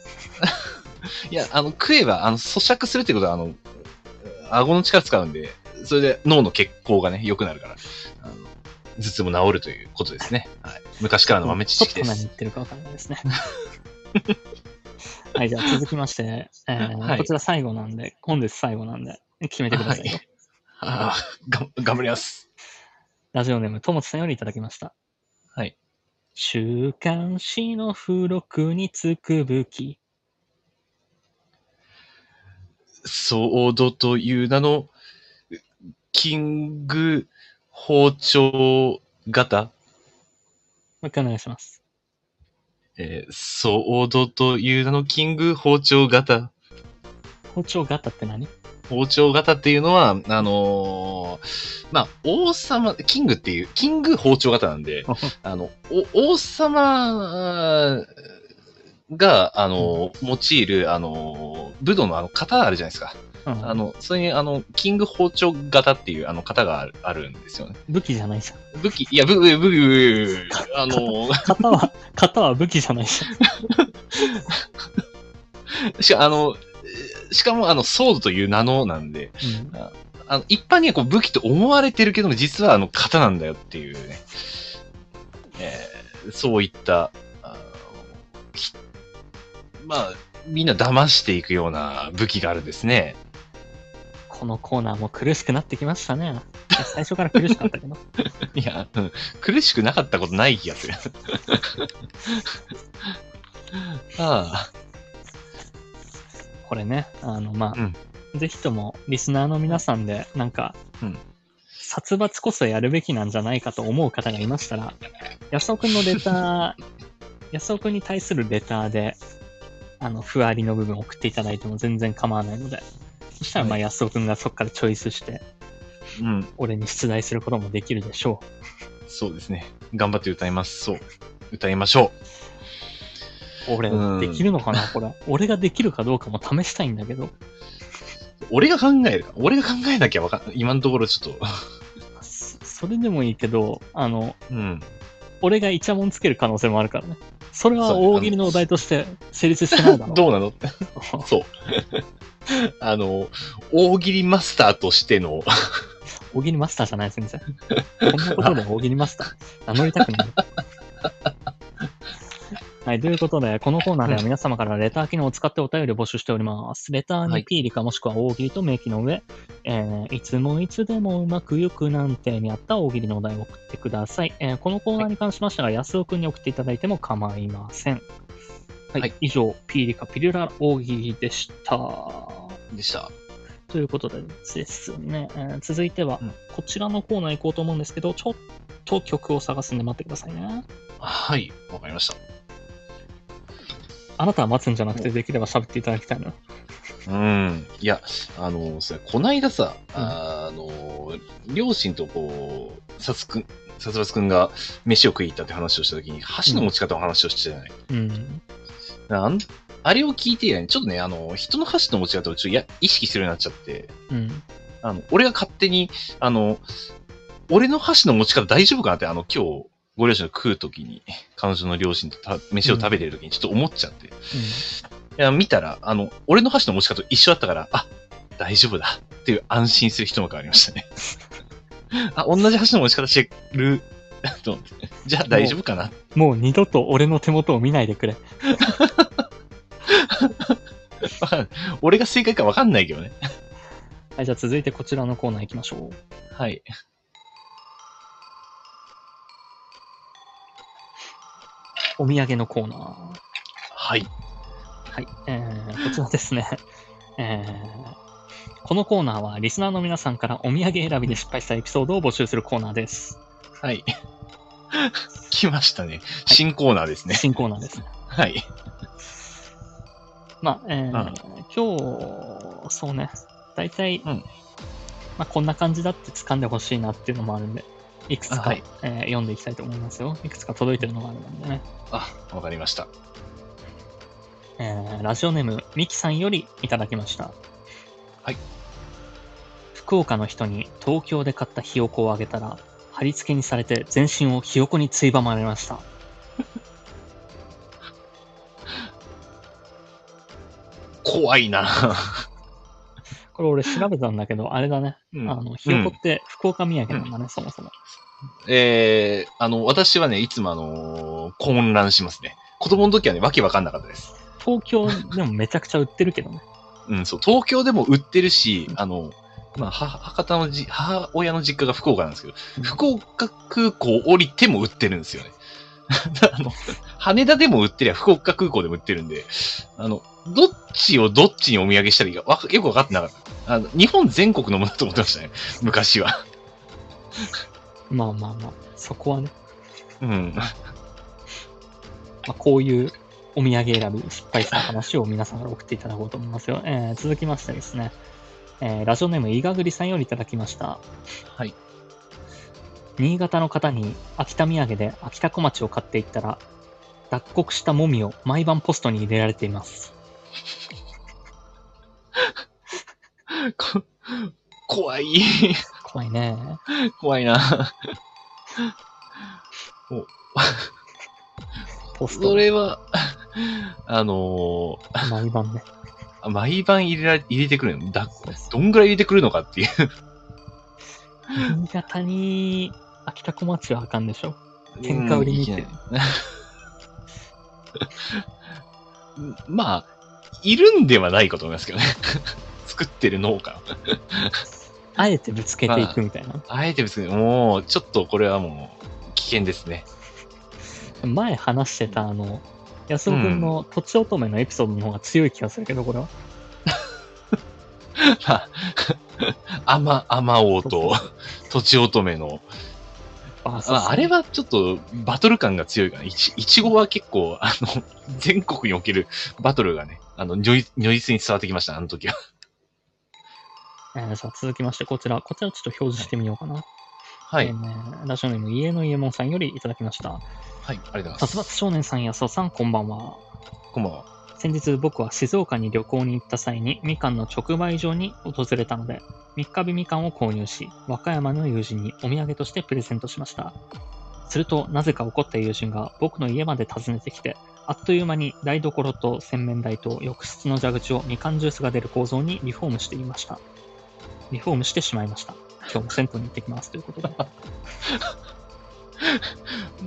いや、あの、食えば、あの、咀嚼するってことは、あの、顎の力使うんで、それで脳の血行がね、良くなるから。あの頭痛も治るということですね。はい、昔からの豆知識でちょっと何す。言ってるかわかんないです ね。はい、じゃあ続きまして、えーはいこちら最後なんで、本日最後なんで、決めてくださいよ。はああ、が頑張ります。ラジオネーム、ともつさんよりいただきました。はい。週刊誌の付録につく武器。ソードという名の、キング包丁型、もう一回お願いします。えーソードという名のキング包丁型。包丁型って何包丁型っていうのは、あのーまあ、王様、キングっていう、キング包丁型なんで、あの、お王様が、あのー用いる、あのー武道のあの、型あるじゃないですか。うんあの、それに、あの、キング包丁型っていう、あの、型があるあるんですよね。武器じゃないじゃん。武器、いや、武器、武器、武器、あのー型 は、型は武器じゃないじゃん。しか、あの、しかも、あの、ソードという名のなんで、うんあの、一般にはこう武器と思われてるけども、実はあの、型なんだよっていうね。えーそういった、あのひまあ、みんな騙していくような武器があるんですね。 このコーナーも苦しくなってきましたね。最初から苦しかったけど。いや、うん苦しくなかったことない気がする。 あこれね、あの、まあ、うんぜひともリスナーの皆さんで、なんか、うん殺伐こそやるべきなんじゃないかと思う方がいましたら、安尾くんのレタ ー、安尾くんに対するレターで、あの、ふわりの部分送っていただいても全然構わないので、そしたら、まあ、はい安尾くんがそこからチョイスして、あ、うん、俺に出題することもできるでしょう。そうですね。頑張って歌います。そう。歌いましょ俺う、んできるのかな、これ。俺ができるかどうかも試したいんだけど、う。俺が考えるか。俺が考えなきゃわかん今のところちょっと。そそれでもいいけど、あの、うん。俺がイチャモンつける可能性もあるからね。それはそうね大喜利のお題として成立して ないだろどうなのそう。 あの、大喜利マスターとしての、 大喜利マスターじゃない先生。こんなことで大喜利マスター。名乗りたく ない。はい、ということで、このコーナーでは皆様からレター機能を使ってお便りを募集しております。レターはにいピーリかもしくは大喜利と明記の上、えーいつもいつでもうまくゆくなんてにあった大喜利のお題を送ってください。えーこのコーナーに関しましては、安尾くんに送っていただいても構いません。はい、はい以上、ピーリかピリラ大喜利でした。でした。ということでですね、えー続いてはうんこちらのコーナー行こうと思うんですけど、ちょっと曲を探すんで待ってくださいね。はい、わかりました。あなたは待つんじゃなくて、できれば喋っていただきたいな。うん。いや、あの、それこないださ、うんあの、両親とこう、さつくん、さつばつくんが飯を食いに行ったって話をしたときに、箸の持ち方の話をしてたじゃない。うん。あんあれを聞いて以来、ちょっとね、あの、人の箸の持ち方をちょっとや意識するようになっちゃって、うん。あの、俺が勝手に、あの、俺の箸の持ち方大丈夫かなって、あの、今日、ご両親と食うときに、彼女の両親とた飯を食べてるときにちょっと思っちゃって、いや、見たら、あの、俺の箸の持ち方と一緒だったから、あ、大丈夫だっていう安心する一幕ありましたね。あ、同じ箸の持ち方してる、と思って、じゃあ大丈夫かな うん、もう二度と俺の手元を見ないでくれ。わかんない俺が正解かわかんないけどね。はい、じゃあ続いてこちらのコーナー行きましょう。はい。お土産のコーナー。はい。はい、えー、こちらですね。えーこのコーナーはリスナーの皆さんからお土産選びで失敗したエピソードを募集するコーナーです。はい。 来ましたね。新コーナーですね。新コーナーです。はい。まあ、えー今日、そうね、大体、うんまあ、こんな感じだって掴んでほしいなっていうのもあるんで、いくつか、あはいえー読んでいきたいと思いますよ。いくつか届いてるのがあるんでね。あ、わかりました。えーラジオネーム、ミキさんよりいただきました。はい。福岡の人に東京で買ったひよこをあげたら、貼り付けにされて全身をひよこについばまれました。怖いな。これ俺調べたんだけど、あれだね。うあんの、ひよこって福岡土産なんだね、そもそも。えー、あの、私はね、いつもあのー混乱しますね。子供の時はね、わけわかんなかったです。東京でもめちゃくちゃ売ってるけどね。うん、そう、東京でも売ってるし、あの、まあ、は博多のじ、母親の実家が福岡なんですけど、福岡空港降りても売ってるんですよね。 あの、羽田でも売ってりゃ福岡空港でも売ってるんで、あの、どっちをどっちにお土産したらいいかわかよくわかってなかった。あの、日本全国のものだと思ってましたね、昔は。まあまあまあ、そこはね、うん。まあ、こういうお土産選び、失敗した話を皆さんから送っていただこうと思いますよ。えー続きましてですね、えーラジオネーム、いがぐりさんよりいただきました。はい。新潟の方に秋田土産で秋田小町を買っていったら、脱穀したもみを毎晩ポストに入れられています。こ 怖い。怖いね。怖いな。ポストそ、れは、あの毎晩ね。ー毎晩入れられ入れてくるのだそうそうどんぐらい入れてくるのかっていう。新潟に秋田小町はあかんでしょ。喧嘩売りに行ってうんいけない まあ、いるんではないかと思いますけどね。 作ってる農家。あえてぶつけていくみたいな。あえて別に、もう、ちょっとこれはもう、危険ですね。 前話してたあの安尾君のとちおとめのエピソードの方が強い気がするけどこれはまあ、あま、あまおうと、とちおとめの。あまあ、あれはちょっと、バトル感が強いかな。いち、いちごは結構、あ の、全国におけるバトルがね、あの、如実如実に伝わってきました、あの時は。えーさあ続きましてこちらこちらちょっと表示してみようかな、はえい。ーラジオネーム家の家門さんよりいただきましたはい、ありがとうございま殺伐す。少年さん安尾さんこんばんはこんばんは。先日僕は静岡に旅行に行った際にみかんの直売所に訪れたので三日日みかんを購入し和歌山の友人にお土産としてプレゼントしましたするとなぜか怒った友人が僕の家まで訪ねてきてあっという間に台所と洗面台と浴室の蛇口をみかんジュースが出る構造にリフォームしていましたリフォームしてしまいました今日も銭湯に行ってきますということで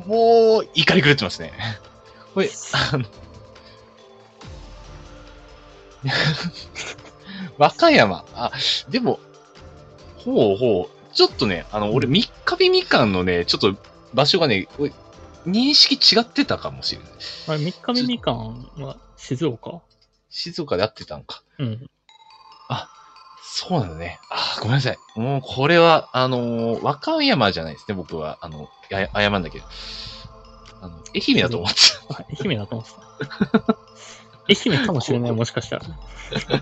もう、怒り狂ってますね。これ、あの、 和歌山。あ、でも、ほうほう。ちょっとね、あの、俺、三日日みかんのね、ちょっと場所がね、俺認識違ってたかもしれない。あれ三日日みかんは静岡静岡で合ってたんか。うんそうなんだね。あー、ごめんなさい。もう、これは、あのー和歌山じゃないですね、僕は。あの、や謝んだけど。あの、愛媛だと思ってた。あ愛媛だと思ってた愛媛かもしれないもしかしたら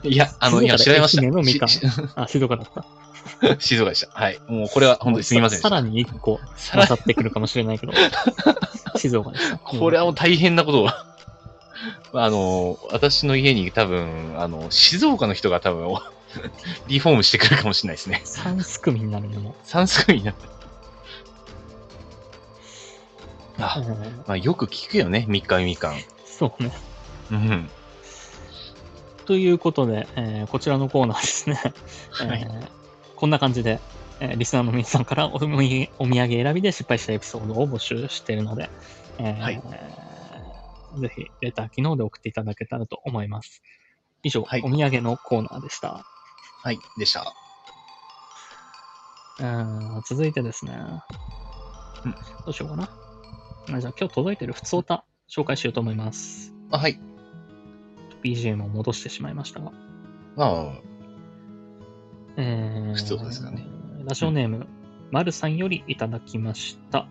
いや、あの、いや、静岡調でべま愛媛のみした。かんしし あ、静岡だった。静岡でした。はい。もうこれは本当にすみませんでした。ささらに一個さ混らざってくるかもしれないけど、静岡でした。これはもう大変なことを。 あの、私の家に多分、あの、静岡の人が多分、 おリフォームしてくるかもしれないですね。三すくみになるのも。三すくみな。うあ、んまあ、よく聞くよね、三日三みかん。そうね。うん。ということで、えーこちらのコーナーですね。えーはいこんな感じで、えーリスナーの皆さんからお土産お土産選びで失敗したエピソードを募集しているので、えーはいぜひレター機能で送っていただけたらと思います。以上、はいお土産のコーナーでした。はい、でした。うん続いてですね。うんどうしようかな。あじゃあ今日届いてる普通歌紹介しようと思います。あ、はい。 BGM を戻してしまいましたが。あえー、普通歌ですかね。ラジオネーム、まるさんよりいただきました。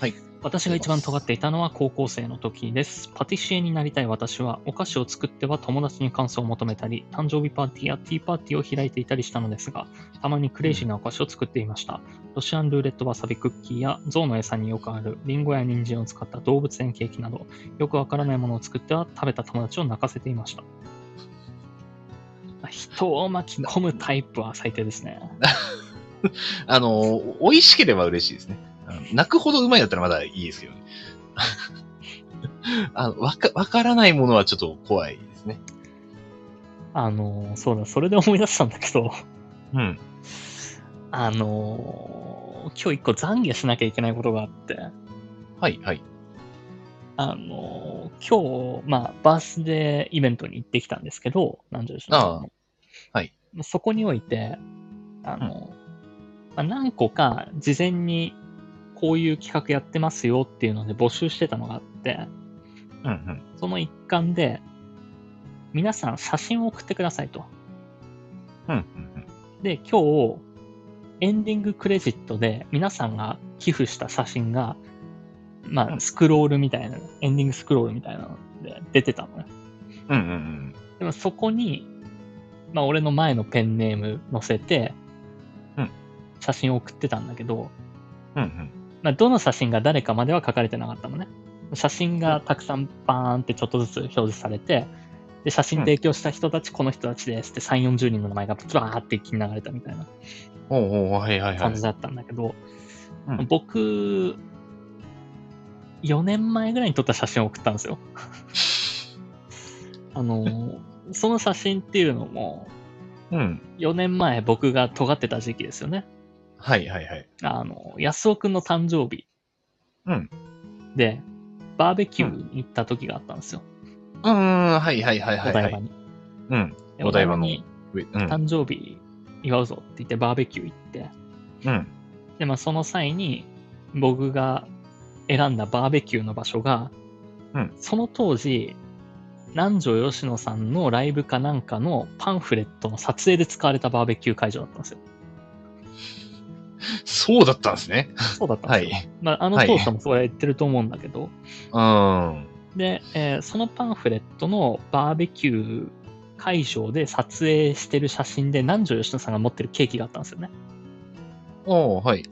はい。私が一番尖っていたのは高校生の時です。パティシエになりたい私は、お菓子を作っては友達に感想を求めたり、誕生日パーティーやティーパーティーを開いていたりしたのですが、たまにクレイジーなお菓子を作っていました。ロシアンルーレットわさびクッキーや、象の餌によくあるリンゴや人参を使った動物園ケーキなど、よくわからないものを作っては食べた友達を泣かせていました。人を巻き込むタイプは最低ですね。あ。あの、美味しければ嬉しいですね。あの泣くほどうまいだったらまだいいですけどね。 あの、わか、わからないものはちょっと怖いですね。あの、そうだ、それで思い出したんだけど、うん。あの、今日一個懺悔しなきゃいけないことがあって、はい、はい。あの、今日、まあ、バースデーイベントに行ってきたんですけど、南條氏のああはい。そこにおいて、あの、まあ、何個か事前にこういう企画やってますよっていうので募集してたのがあって、うん、うん。その一環で、皆さん写真を送ってくださいと。うん、うんで、今日、エンディングクレジットで皆さんが寄付した写真が、まうあ、んスクロールみたいな、エンディングスクロールみたいなので出てたのね。うん。うん、うんでもそこに、まあ、俺の前のペンネーム載せてうん、写真を送ってたんだけど、うん。うん、うん。まあ、どの写真が誰かまでは書かれてなかったのね。写真がたくさんバーンってちょっとずつ表示されて、で写真提供した人たち、この人たちですって3、40人の名前がブワーって一気に流れたみたいなおうおうはい、はい、は感いじ。だったんだけど、うん僕、4年前ぐらいに撮った写真を送ったん ですよ。あのー、その写真っていうのも、うん。 4年前僕が尖ってた時期ですよね。はい、はい、はい。あの、安尾くんの誕生日。うんで、バーベキューに行った時があったんですよ。うーん、はい、はい、はい、おはいは台場い。に。うん。でお台場のに上うん。誕生日祝うぞって言ってバーベキュー行って。うん。で、まあその際に僕が選んだバーベキューの場所が、うんその当時、南條吉野さんのライブかなんかのパンフレットの撮影で使われたバーベキュー会場だったん ですよ。そうだったんですね。そうだったんはですよ。い。まああのはい当社もそうやってると思うんだけど、うん。で、えーそのパンフレットのバーベキュー会場で撮影してる写真で南條吉野さんが持ってるケーキがあったんですよね。おうはい。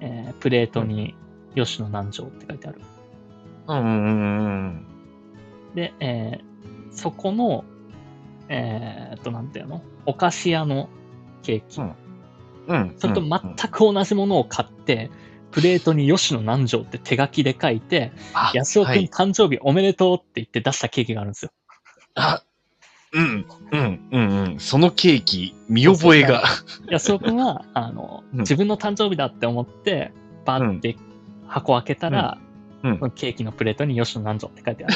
えープレートに吉野南條って書いてある。うん、うん、うんで、えーそこの、えーっと、なんていうのお菓子屋のケーキ。うんうん。うん。それと全く同じものを買って、プレートに吉野南條って手書きで書いて、あ安尾くんはい誕生日おめでとうって言って出したケーキがあるんですよ。あ、うん、うん、うん、うん。そのケーキ、見覚えが。安尾くんは、あの、うん自分の誕生日だって思って、バーって箱開けたら、うんうんそのケーキのプレートに吉野なんぞって書いてあ る。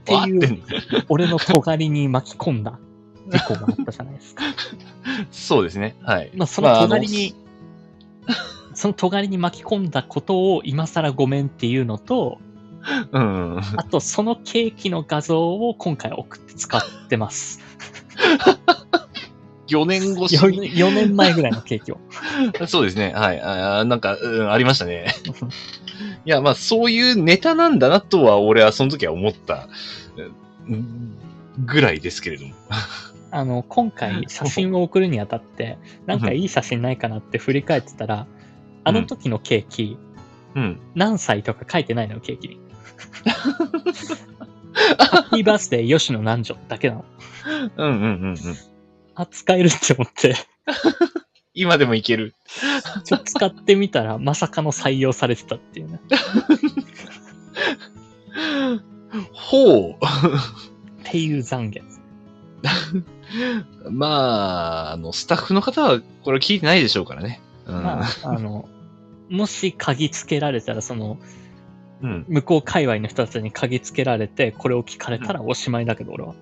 ってわーっていんう、の俺の尖りに巻き込んだ事故があったじゃないですか。 そうですね。はい。まあ、その隣に、 その尖りに巻き込んだことを今更ごめんっていうのと、まあ、あのうん。あとそのケーキの画像を今回送って使ってます。 4年越し4に。年4年前ぐらいのケーキを。そうですね。はい。あーなんか、うん、ありました ね。いや、まあ、そういうネタなんだなとは、俺はその時は思った、うんぐらいですけれども。あの今回写真を送るにあたってなんかいい写真ないかなって振り返ってたらあの時のケーキうん。何歳とか書いてないのよケーキに。ハッピーバースデー吉野南條だけなの。うんうんうんうん。あ、使えるって思って、今でもいける。ちょっと使ってみたらまさかの採用されてたっていうね。ほっていう懺悔。う。まあ、あの、スタッフの方は、これ聞いてないでしょうからね。うん。まあ、あの、もし鍵つけられたら、その、うん。向こう界隈の人たちに鍵つけられて、これを聞かれたらおしまいだけど、俺は。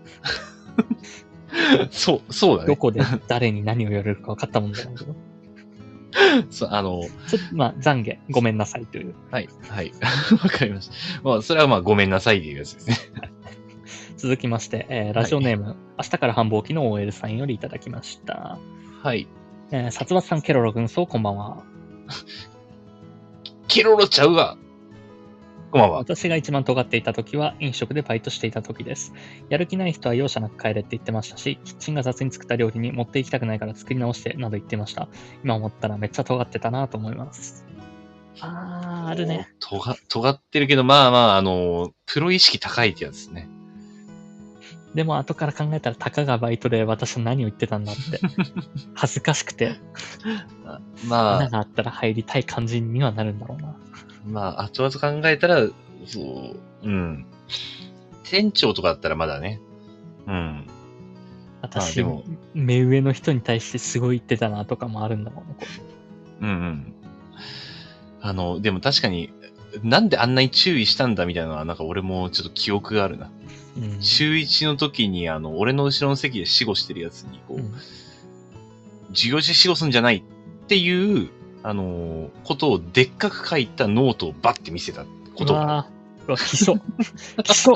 そう、そうだどね。こで誰に何を言われるか分かったもんじゃないけど。そうあの、ちょっと、まあ、懺悔、ごめんなさいという。はい、はい。 わかりました。まあ、それはまあ、ごめんなさいっていうやつですね。続きまして、えーラジオネーム、明日から繁忙期の OL さんよりいただきました。はい。えー、殺伐さん、ケロロ軍曹、こんばんは。ケロロちゃうわ。こんばんは。私が一番尖っていた時は、飲食でバイトしていた時です。やる気ない人は容赦なく帰れって言ってましたし、キッチンが雑に作った料理に持って行きたくないから作り直して、など言ってました。今思ったらめっちゃ尖ってたなと思います。あー、あるね。。とが、尖ってるけど、まあまあ、あの、プロ意識高いってやつですね。でも、後から考えたら、たかがバイトで私は何を言ってたんだって。恥ずかしくて、あま穴あ、があったら入りたい感じにはなるんだろうな。まあ、後々考えたら、そう、うん。店長とかだったらまだね、うん。私、でも目上の人に対してすごい言ってたなとかもあるんだもんね。こうんうん。あの、でも確かに、なんであんなに注意したんだみたいなのは、なんか俺もちょっと記憶があるな。ううん中1の時に、あの、俺の後ろの席で死後してるやつに、こう、うん授業中死後すんじゃないっていう、あのーことをでっかく書いたノートをバッて見せたことうがあるわーうわ、基礎。 基礎。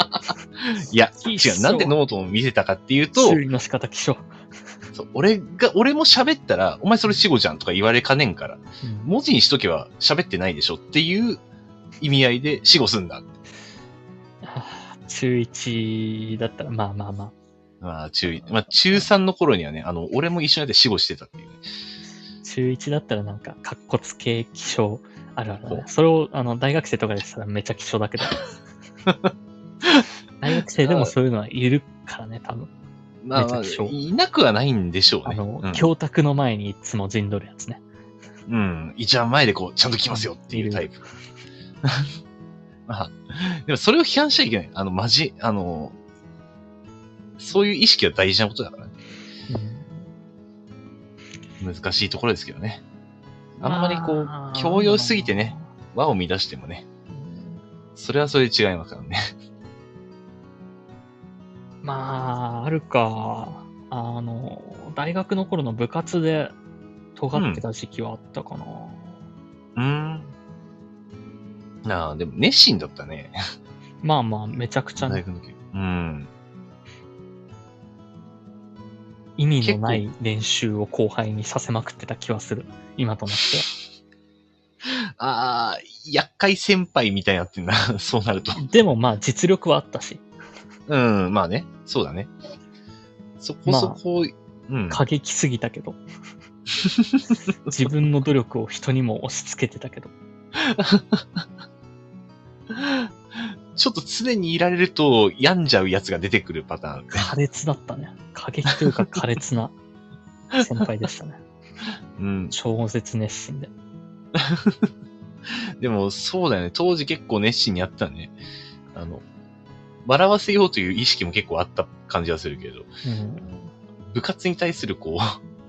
いや、基違礎う、なんでノートを見せたかっていうと、修理の仕方、基礎。そう俺が、俺も喋ったら、お前それ死後じゃんとか言われかねんから、うん文字にしとけば喋ってないでしょっていう意味合いで死後すんだ。あー中1だったら、まあまあまあ。まあ、中、まあ、中3の頃にはね、あの、俺も一緒になって死後してたっていうね。中1だったらなんか、かっこつけ、気象、あるあるだねほそれを、あの、大学生とかでしたらめちゃ気象だ けど。大学生でもそういうのはいるからね、多分。まあ、まあめちゃくちゃいなくはないんでしょうあね。の、うん教託の前にいつも陣取るやつね。うん。一番前でこう、ちゃんと来ますよっていうタイプ。 まあ、でもそれを批判しちゃいけない。あの、まじ、あの、そういう意識は大事なことだからね。難しいところですけどね。あんまりこうまあ強要しすぎてね。輪を乱してもね。それはそれで違います からね。まあ、あるか。あの、大学の頃の部活で尖ってた時期はあったかな。うん。なあ、でも熱心だったね。まあまあ、めちゃくちゃ、大ね、学の時。うん。意味のない練習を後輩にさせまくってた気はする。今となっては。ああ、厄介先輩みたいになってんな。 そうなると。でもまあ、実力はあったし、うん、まあね。そうだね。そこそこ、うん。過激すぎたけど。 自分の努力を人にも押し付けてたけど。ちょっと常にいられると病んじゃうやつが出てくるパターン。苛烈だったね。過激というか苛烈な先輩で したね。うん。超絶熱心で。でもそうだよね。当時結構熱心にやってたね。あの、笑わせようという意識も結構あった感じはするけど、部活に対するこう、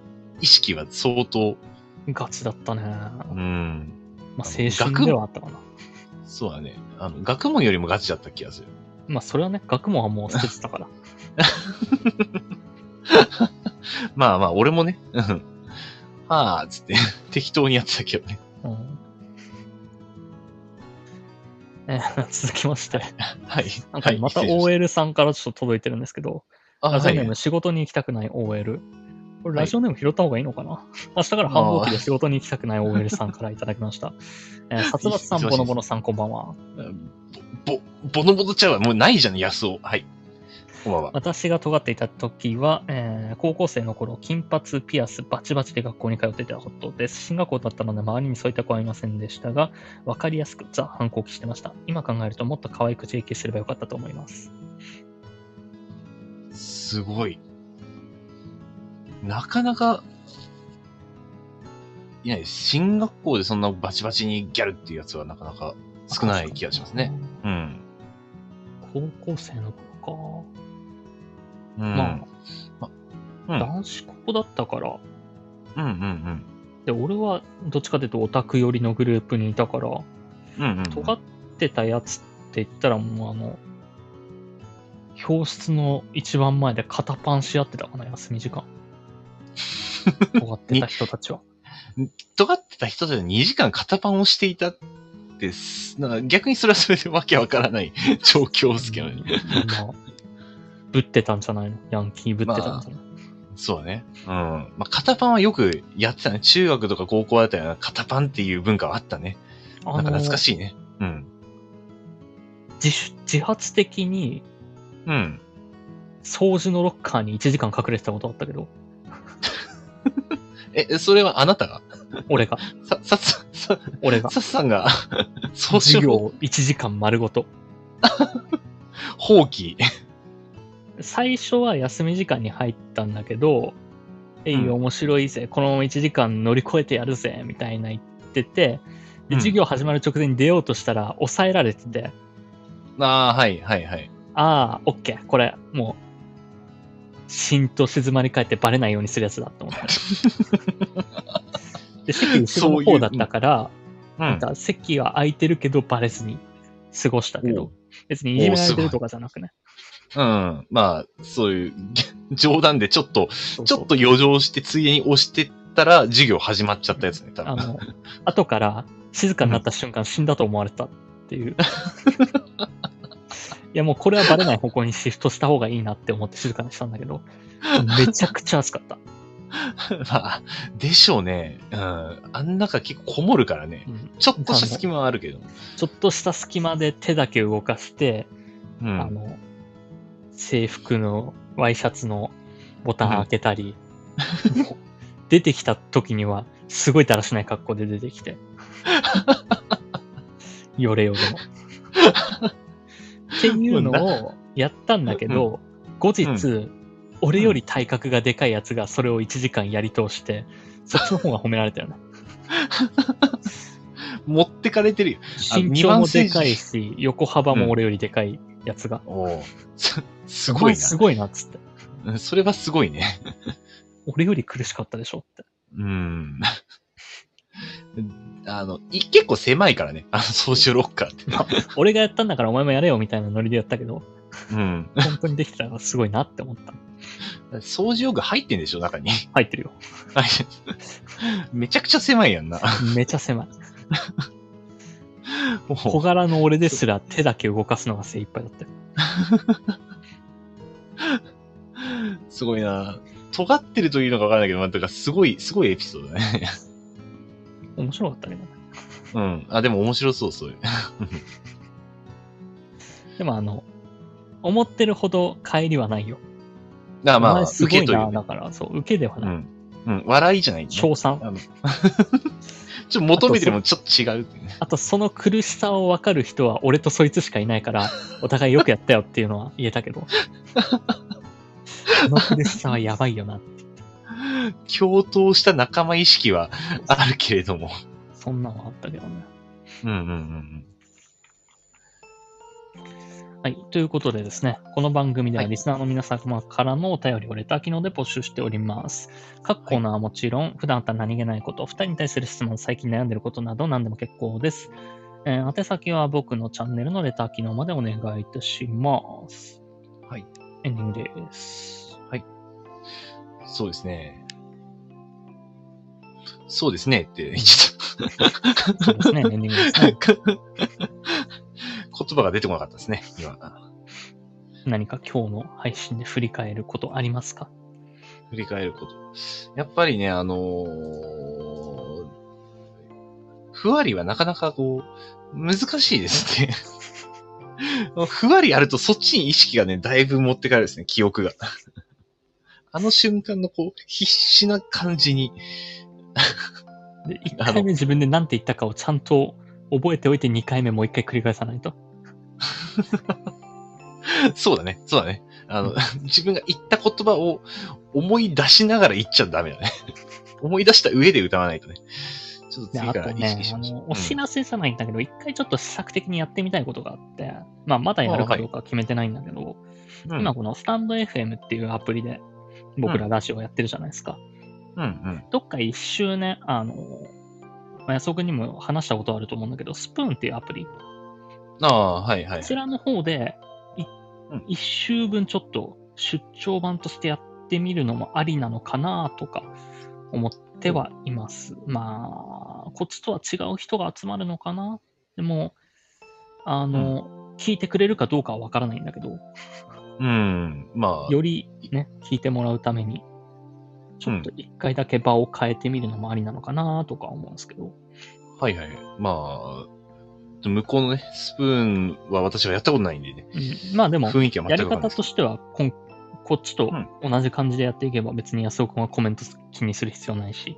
意識は相当、うん。ガチだったね。うまあ、ん。青春ではあったかな。そうだね。あの、学問よりもガチだった気がする。まあ、それはね、学問はもう捨ててた から。まあまあ、俺もね、 うん。はあ、つって、適当にやってたけどね。うん。え ー続きまして、はい。なんかはいまた失礼しした OL さんからちょっと届いてるんですけど、あ、ラジはオネーいム。仕事に行きたくない OL。これはいラジオネーム拾った方がいいのかな、 明日から繁忙期で仕事に行きたくない OL さんからいただきました。えー、殺伐さん、 忙しいでボすノボノさん、こんばんは。ぼ、ぼのぼのちゃうわ。もうないじゃん、安尾。はい。こんばんは。私が尖っていた時は、えー高校生の頃、金髪、ピアス、バチバチで学校に通っていたことです。進学校だったので周りにそういった子はいませんでしたが、わかりやすくザ反抗期してました。今考えるともっと可愛く JK すればよかったと思います。すごい。なかなか、いないです。進学校でそんなバチバチにギャルっていうやつはなかなか少ない気がしますね。。うん。高校生の頃か。うん。まうあ、ん、男子校だったから、うんうんで俺はどっちかというとオタク寄りのグループにいたからうん。うんうんうん。尖ってたやつって言ったらもうあの教室の一番前で肩パンし合ってたかな休み時間尖ってた人た ちは尖ってた人たちが2時間肩パンをしていたってす、なんか逆にそれはそれでわけわからない状況ですけどね。まあぶってたんじゃないのヤンキーぶってたんじゃない、そうだね。うん。まあ、肩パンはよくやってたね。中学とか高校あたりは肩パンっていう文化はあったね。あなんか懐かいしいね。うん。自主自発的にうん。掃除のロッカーに1時間隠れてたことあったけどえ、それはあなたが俺がさ、さ、さ、さ、俺がささんが、そうし授業よを1時間丸ごとう。放棄。最初は休み時間に入ったんだけど、えい、面白いぜ、このまま1時間乗り越えてやるぜ、みたいな言ってて、うで、ん授業始まる直前に出ようとしたら、抑えられてて、ああ、はい、はい、はい。ああ、オッケー、これ、もう、浸透静まり返ってバレないようにするやつだと 思って。で、席後ろの方だったから、うん。なんか席は空いてるけどバレずに過ごしたけおどう、別にいじめられてるとかじゃなくね。うん。まあ、そういう、冗談でちょっと、そうちそうょっと余剰して、ついでに押してったら、授業始まっちゃったやつね、多あ分。の、後から静かになった瞬間死んだと思われたって いう。いやもうこれはバレない方向にシフトした方がいいなって思って静かにしたんだけど、めちゃくちゃ暑かった。 まあ、でしょうね。うん。あん中結構こもるからねう。んちょっとした隙間はあるけど。ちょっとした隙間で手だけ動かして、うあん。の、制服のワイシャツのボタン開けたり、 もう出てきた時にはすごいだらしない格好で出てきて。 よれよれの。っていうのをやったんだけど、後日、俺より体格がでかいやつがそれを1時間やり通して、そっちの方が褒められたよね。持ってかれてるよ。 あ身長もでかいし、横幅も俺よりでかいやつが。お うすすおご前いなすごいなっつって。。うんそれはすごいね。俺より苦しかったでしょって。うん。 あの、い結構狭いからね。あの、ソーシャルロッカーって。俺がやったんだからお前もやれよみたいなノリでやったけ ど、うん。本当にできたらすごいなって思った。掃除用具入ってんでしょ、中に。 入ってるよ。はいめちゃくちゃ狭いやんな。めちゃ 狭い。もう小柄の俺ですら手だけ動かすのが精一杯だったよ。すごいな。尖ってるというのかわからないけど、まあ、だからすごい、すごいエピソードだね。面白かったけどね。うん。あ、でも面白そう、そういう。でもあの、思ってるほど帰りはないよ。あまおあ、前す受ごけいといな、う。だから、そう、受けではうない。ん。うん。笑いじゃない、ね。ち称ょ賛。っと求めてるもんちょっと違うっていうね。あと、その苦しさを分かる人は俺とそいつしかいないから、お互いよくやったよっていうのは言えたけ ど。この苦しさはやばいよな。共闘した仲間意識はあるけれども。そんなのあったけどね。うんうんうんはい。ということでですね、この番組でははいリスナーの皆様からのお便りをレター機能で募集しております。各コーナーはもちろん、普段あった何気ないこと、二人に対する質問、最近悩んでることなど何でも結構です。えー宛先は僕のチャンネルのレター機能までお願いいたします。はい。エンディングです。はい。うん。そうですね。そうですねって言っちそう ですね、エンディングですゃっ ね。た。言葉が出てこなかったですね、今。何か今日の配信で振り返ることありますか振り返ること。やっぱりね、あのーふわりはなかなかこう、難しいですね。 ふわりあるとそっちに意識がね、だいぶ持ってかれるですね、記憶が。あの瞬間のこう、必死な感じに、で、1回目自分で何て言ったかをちゃんと覚えておいて2回目もう1回繰り返さないと。そうだね、そうだね。あうの、自分が言った言葉を思い出しながら言っちゃダメだね。思い出した上で歌わないとね。ちょっとで次あかとら意ね識しあましょうの、お知らせじゃないんだけど、一、回ちょっと試作的にやってみたいことがあって、まあ、まだやるかどうかは決めてないんだけど、うんうん今このスタンド FM っていうアプリで僕らラジオやってるじゃないですか。うんどっか一周ね、あの、まあ安尾君にも話したことあると思うんだけど、スプーンっていうアプリ、こうん。ああ、はいはい。ちらの方でいうん一周分ちょっと出張版としてやってみるのもありなのかなとか思ってはいます。まあ、こっちとは違う人が集まるのかなでも、あの、聞いてくれるかどうかはわからないんだけど、うん。まあ、よりね、聞いてもらうために、ちょっと一回だけ場を変えてみるのもありなのかなとか思うんですけど、はいはい。まあ、向こうのね、スプーンは私はやったことないんでね。うんまあでも、雰囲気はや全くりわかんな方いです。としてはこん、こっちと同じ感じでやっていけば別に安尾君はコメント気にする必要ないし、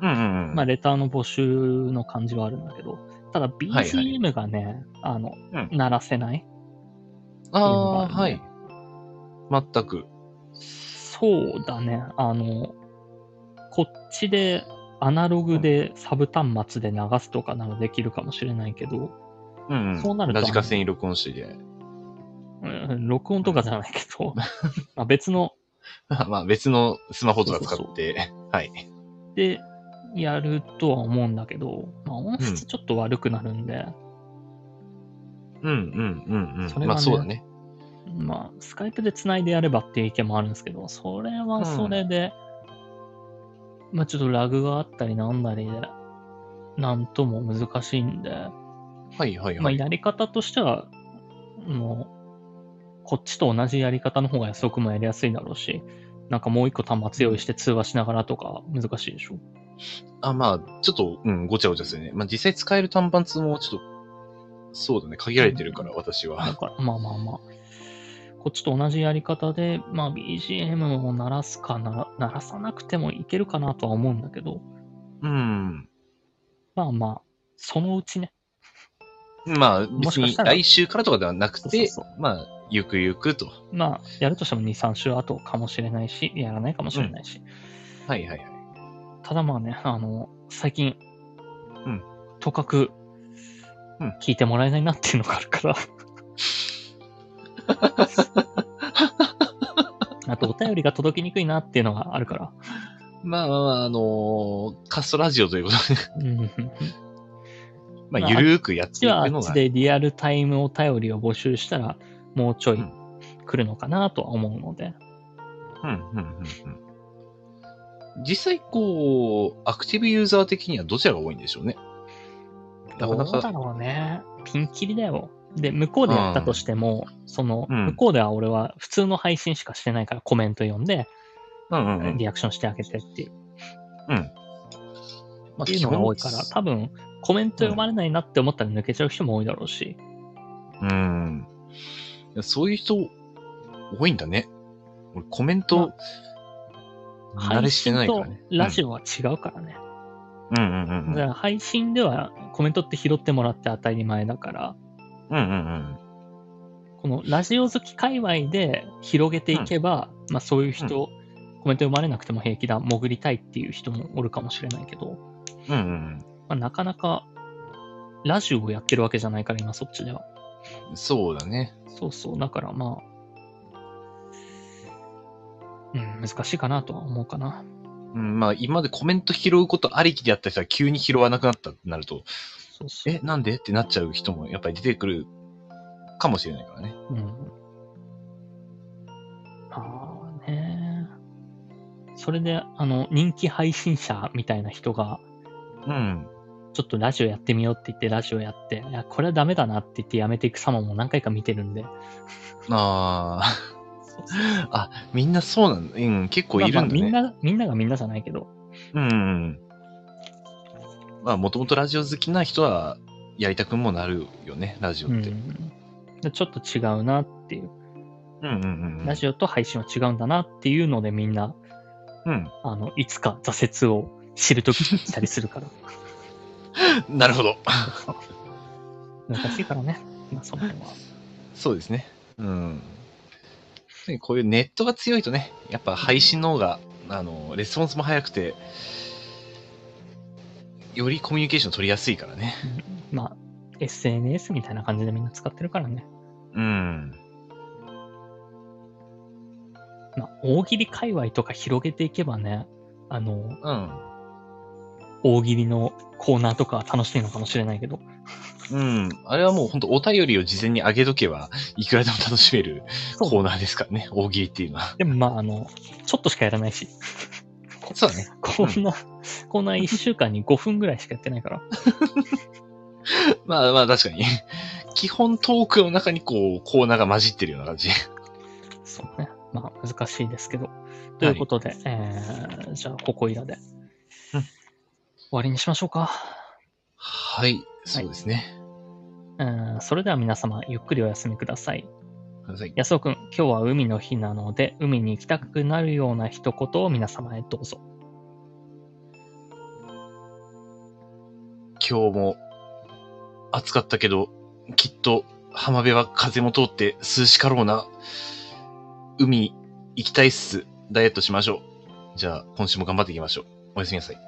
うんうんうん。まあレターの募集の感じはあるんだけど、ただ BGM がね、あの、うん鳴らせない。っていうああ、のがあはるい。全く。そうだね、あの、こっちでアナログでサブ端末で流すとかならできるかもしれないけど、うんうん。そうなるとラジカセに録音してて。 うん録音とかじゃないけど、まあ別のまあ別のスマホとか使って、 はい。で、やるとは思うんだけど、まあ、音質ちょっと悪くなるんで、うんうんうんうん。それはねまあそうだね。まあ、スカイプで繋いでやればっていう意見もあるんですけど、それはそれで、まあちょっとラグがあったりなんだりで、なんとも難しいんで、はいはいまはあい。やり方としては、もう、こっちと同じやり方の方が安くもやりやすいだろうし、なんかもう一個端末用意して通話しながらとか難しいでしょ。あ、まあ、ちょっと、うん、ごちゃごちゃですよね。まあ実際使える短パンツもちょっと、そうだね、限られてるから、私だは。から、まあまあまあ。こっちと同じやり方で、まあ BGM を鳴らすかな、鳴らさなくてもいけるかなとは思うんだけど、うん。まあまあ、そのうちね。まあも別しかにしたら来週からとかではなくてそうそう、まあ、ゆくゆくと。まあ、やるとしても2、3週後かもしれないし、やらないかもしれないし。はいはいはい。ただまあね、あの、最近、うんとかくうん、聞いてもらえないなっていうのがある から。あと、お便りが届きにくいなっていうのがあるから。まあまあまあ、あのーカストラジオということで、うん。ままあ、あゆるーくやっうてちいくはあのっがち、でリアルタイムお便りを募集したら、もうちょういん来るのかなとは思うので。うんうんうんうん実際、こう、アクティブユーザー的にはどちらが多いんでしょうね。なかなどうだか、ろうね。ピンキリだよ。で、向こうでやったとしても、その、うん向こうでは俺は普通の配信しかしてないからコメント読んで、うんうんうん。リアクションしてあげてっていう,、うんまあっていうのが多いから、多分、コメント読まれないなって思ったら抜けちゃう人も多いだろうし、うん。いやそういう人、多いんだね。俺、コメント、慣れしてないからね。ラジオは違うからね。うんうんうんうん。だから配信ではコメントって拾ってもらって当たり前だから、うんうんうん。このラジオ好き界隈で広げていけば、まあそういう人、コメント読まれなくても平気だ、潜りたいっていう人もおるかもしれないけど、うんうんまあ、なかなかラジオをやってるわけじゃないから、今そっちでは。うん。そうだね。そうそう、だからまあ、うん、難しいかなとは思うかな。うん、まあ、今までコメント拾うことありきでやった人は急に拾わなくなったってなると、そうそう。え、なんでってなっちゃう人もやっぱり出てくるかもしれないからね。うん。まあね。それで、あの、人気配信者みたいな人が、うん。ちょっとラジオやってみようって言って、ラジオやって、いや、これはダメだなって言ってやめていく様も何回か見てるんで。ああ。 あ、みんなそうなんだ。うん、結構いるんだね。まあまあみんな、みんながみんなじゃないけど、うんうんうん。まあ、もともとラジオ好きな人は、やりたくもなるよね、ラジオうって。ん。でちょっと違うなっていう、うんうんうんうん。ラジオと配信は違うんだなっていうので、みんなうん。あの、いつか挫折を知るときに来たりする から。なるほど。難しいからね。まあ、その辺は。そうですね。うん。こういうネットが強いとね、やっぱ配信の方が、あの、レスポンスも早くて、よりコミュニケーション取りやすいからね。うんまあ、SNS みたいな感じでみんな使ってるからね。うん。まあ、大喜利界隈とか広げていけばね、あの、うん。大喜利のコーナーとかは楽しいのかもしれないけど、うん。あれはもう本当お便りを事前に上げとけば、いくらでも楽しめるそうコーナーですからね、大喜利っていうのは。 でもまあ、あの、ちょっとしかやらないし、そうだね。こんな、こんな1週間に5分ぐらいしかやってないから、まあまあ確かに。基本トークの中にこう、コーナーが混じってるような感じ。そうね。まあ、難しいですけど。ということで、えー、じゃあ、ここいらで、うん終わりにしましょうか。はい。そうですね。うんそれでは皆様、ゆっくりお休みください。はい。安尾くん、今日は海の日なので、海に行きたくなるような一言を皆様へどうぞ。今日も暑かったけど、きっと浜辺は風も通って涼しかろうな。海行きたいっす。ダイエットしましょう。じゃあ今週も頑張っていきましょう。おやすみなさい。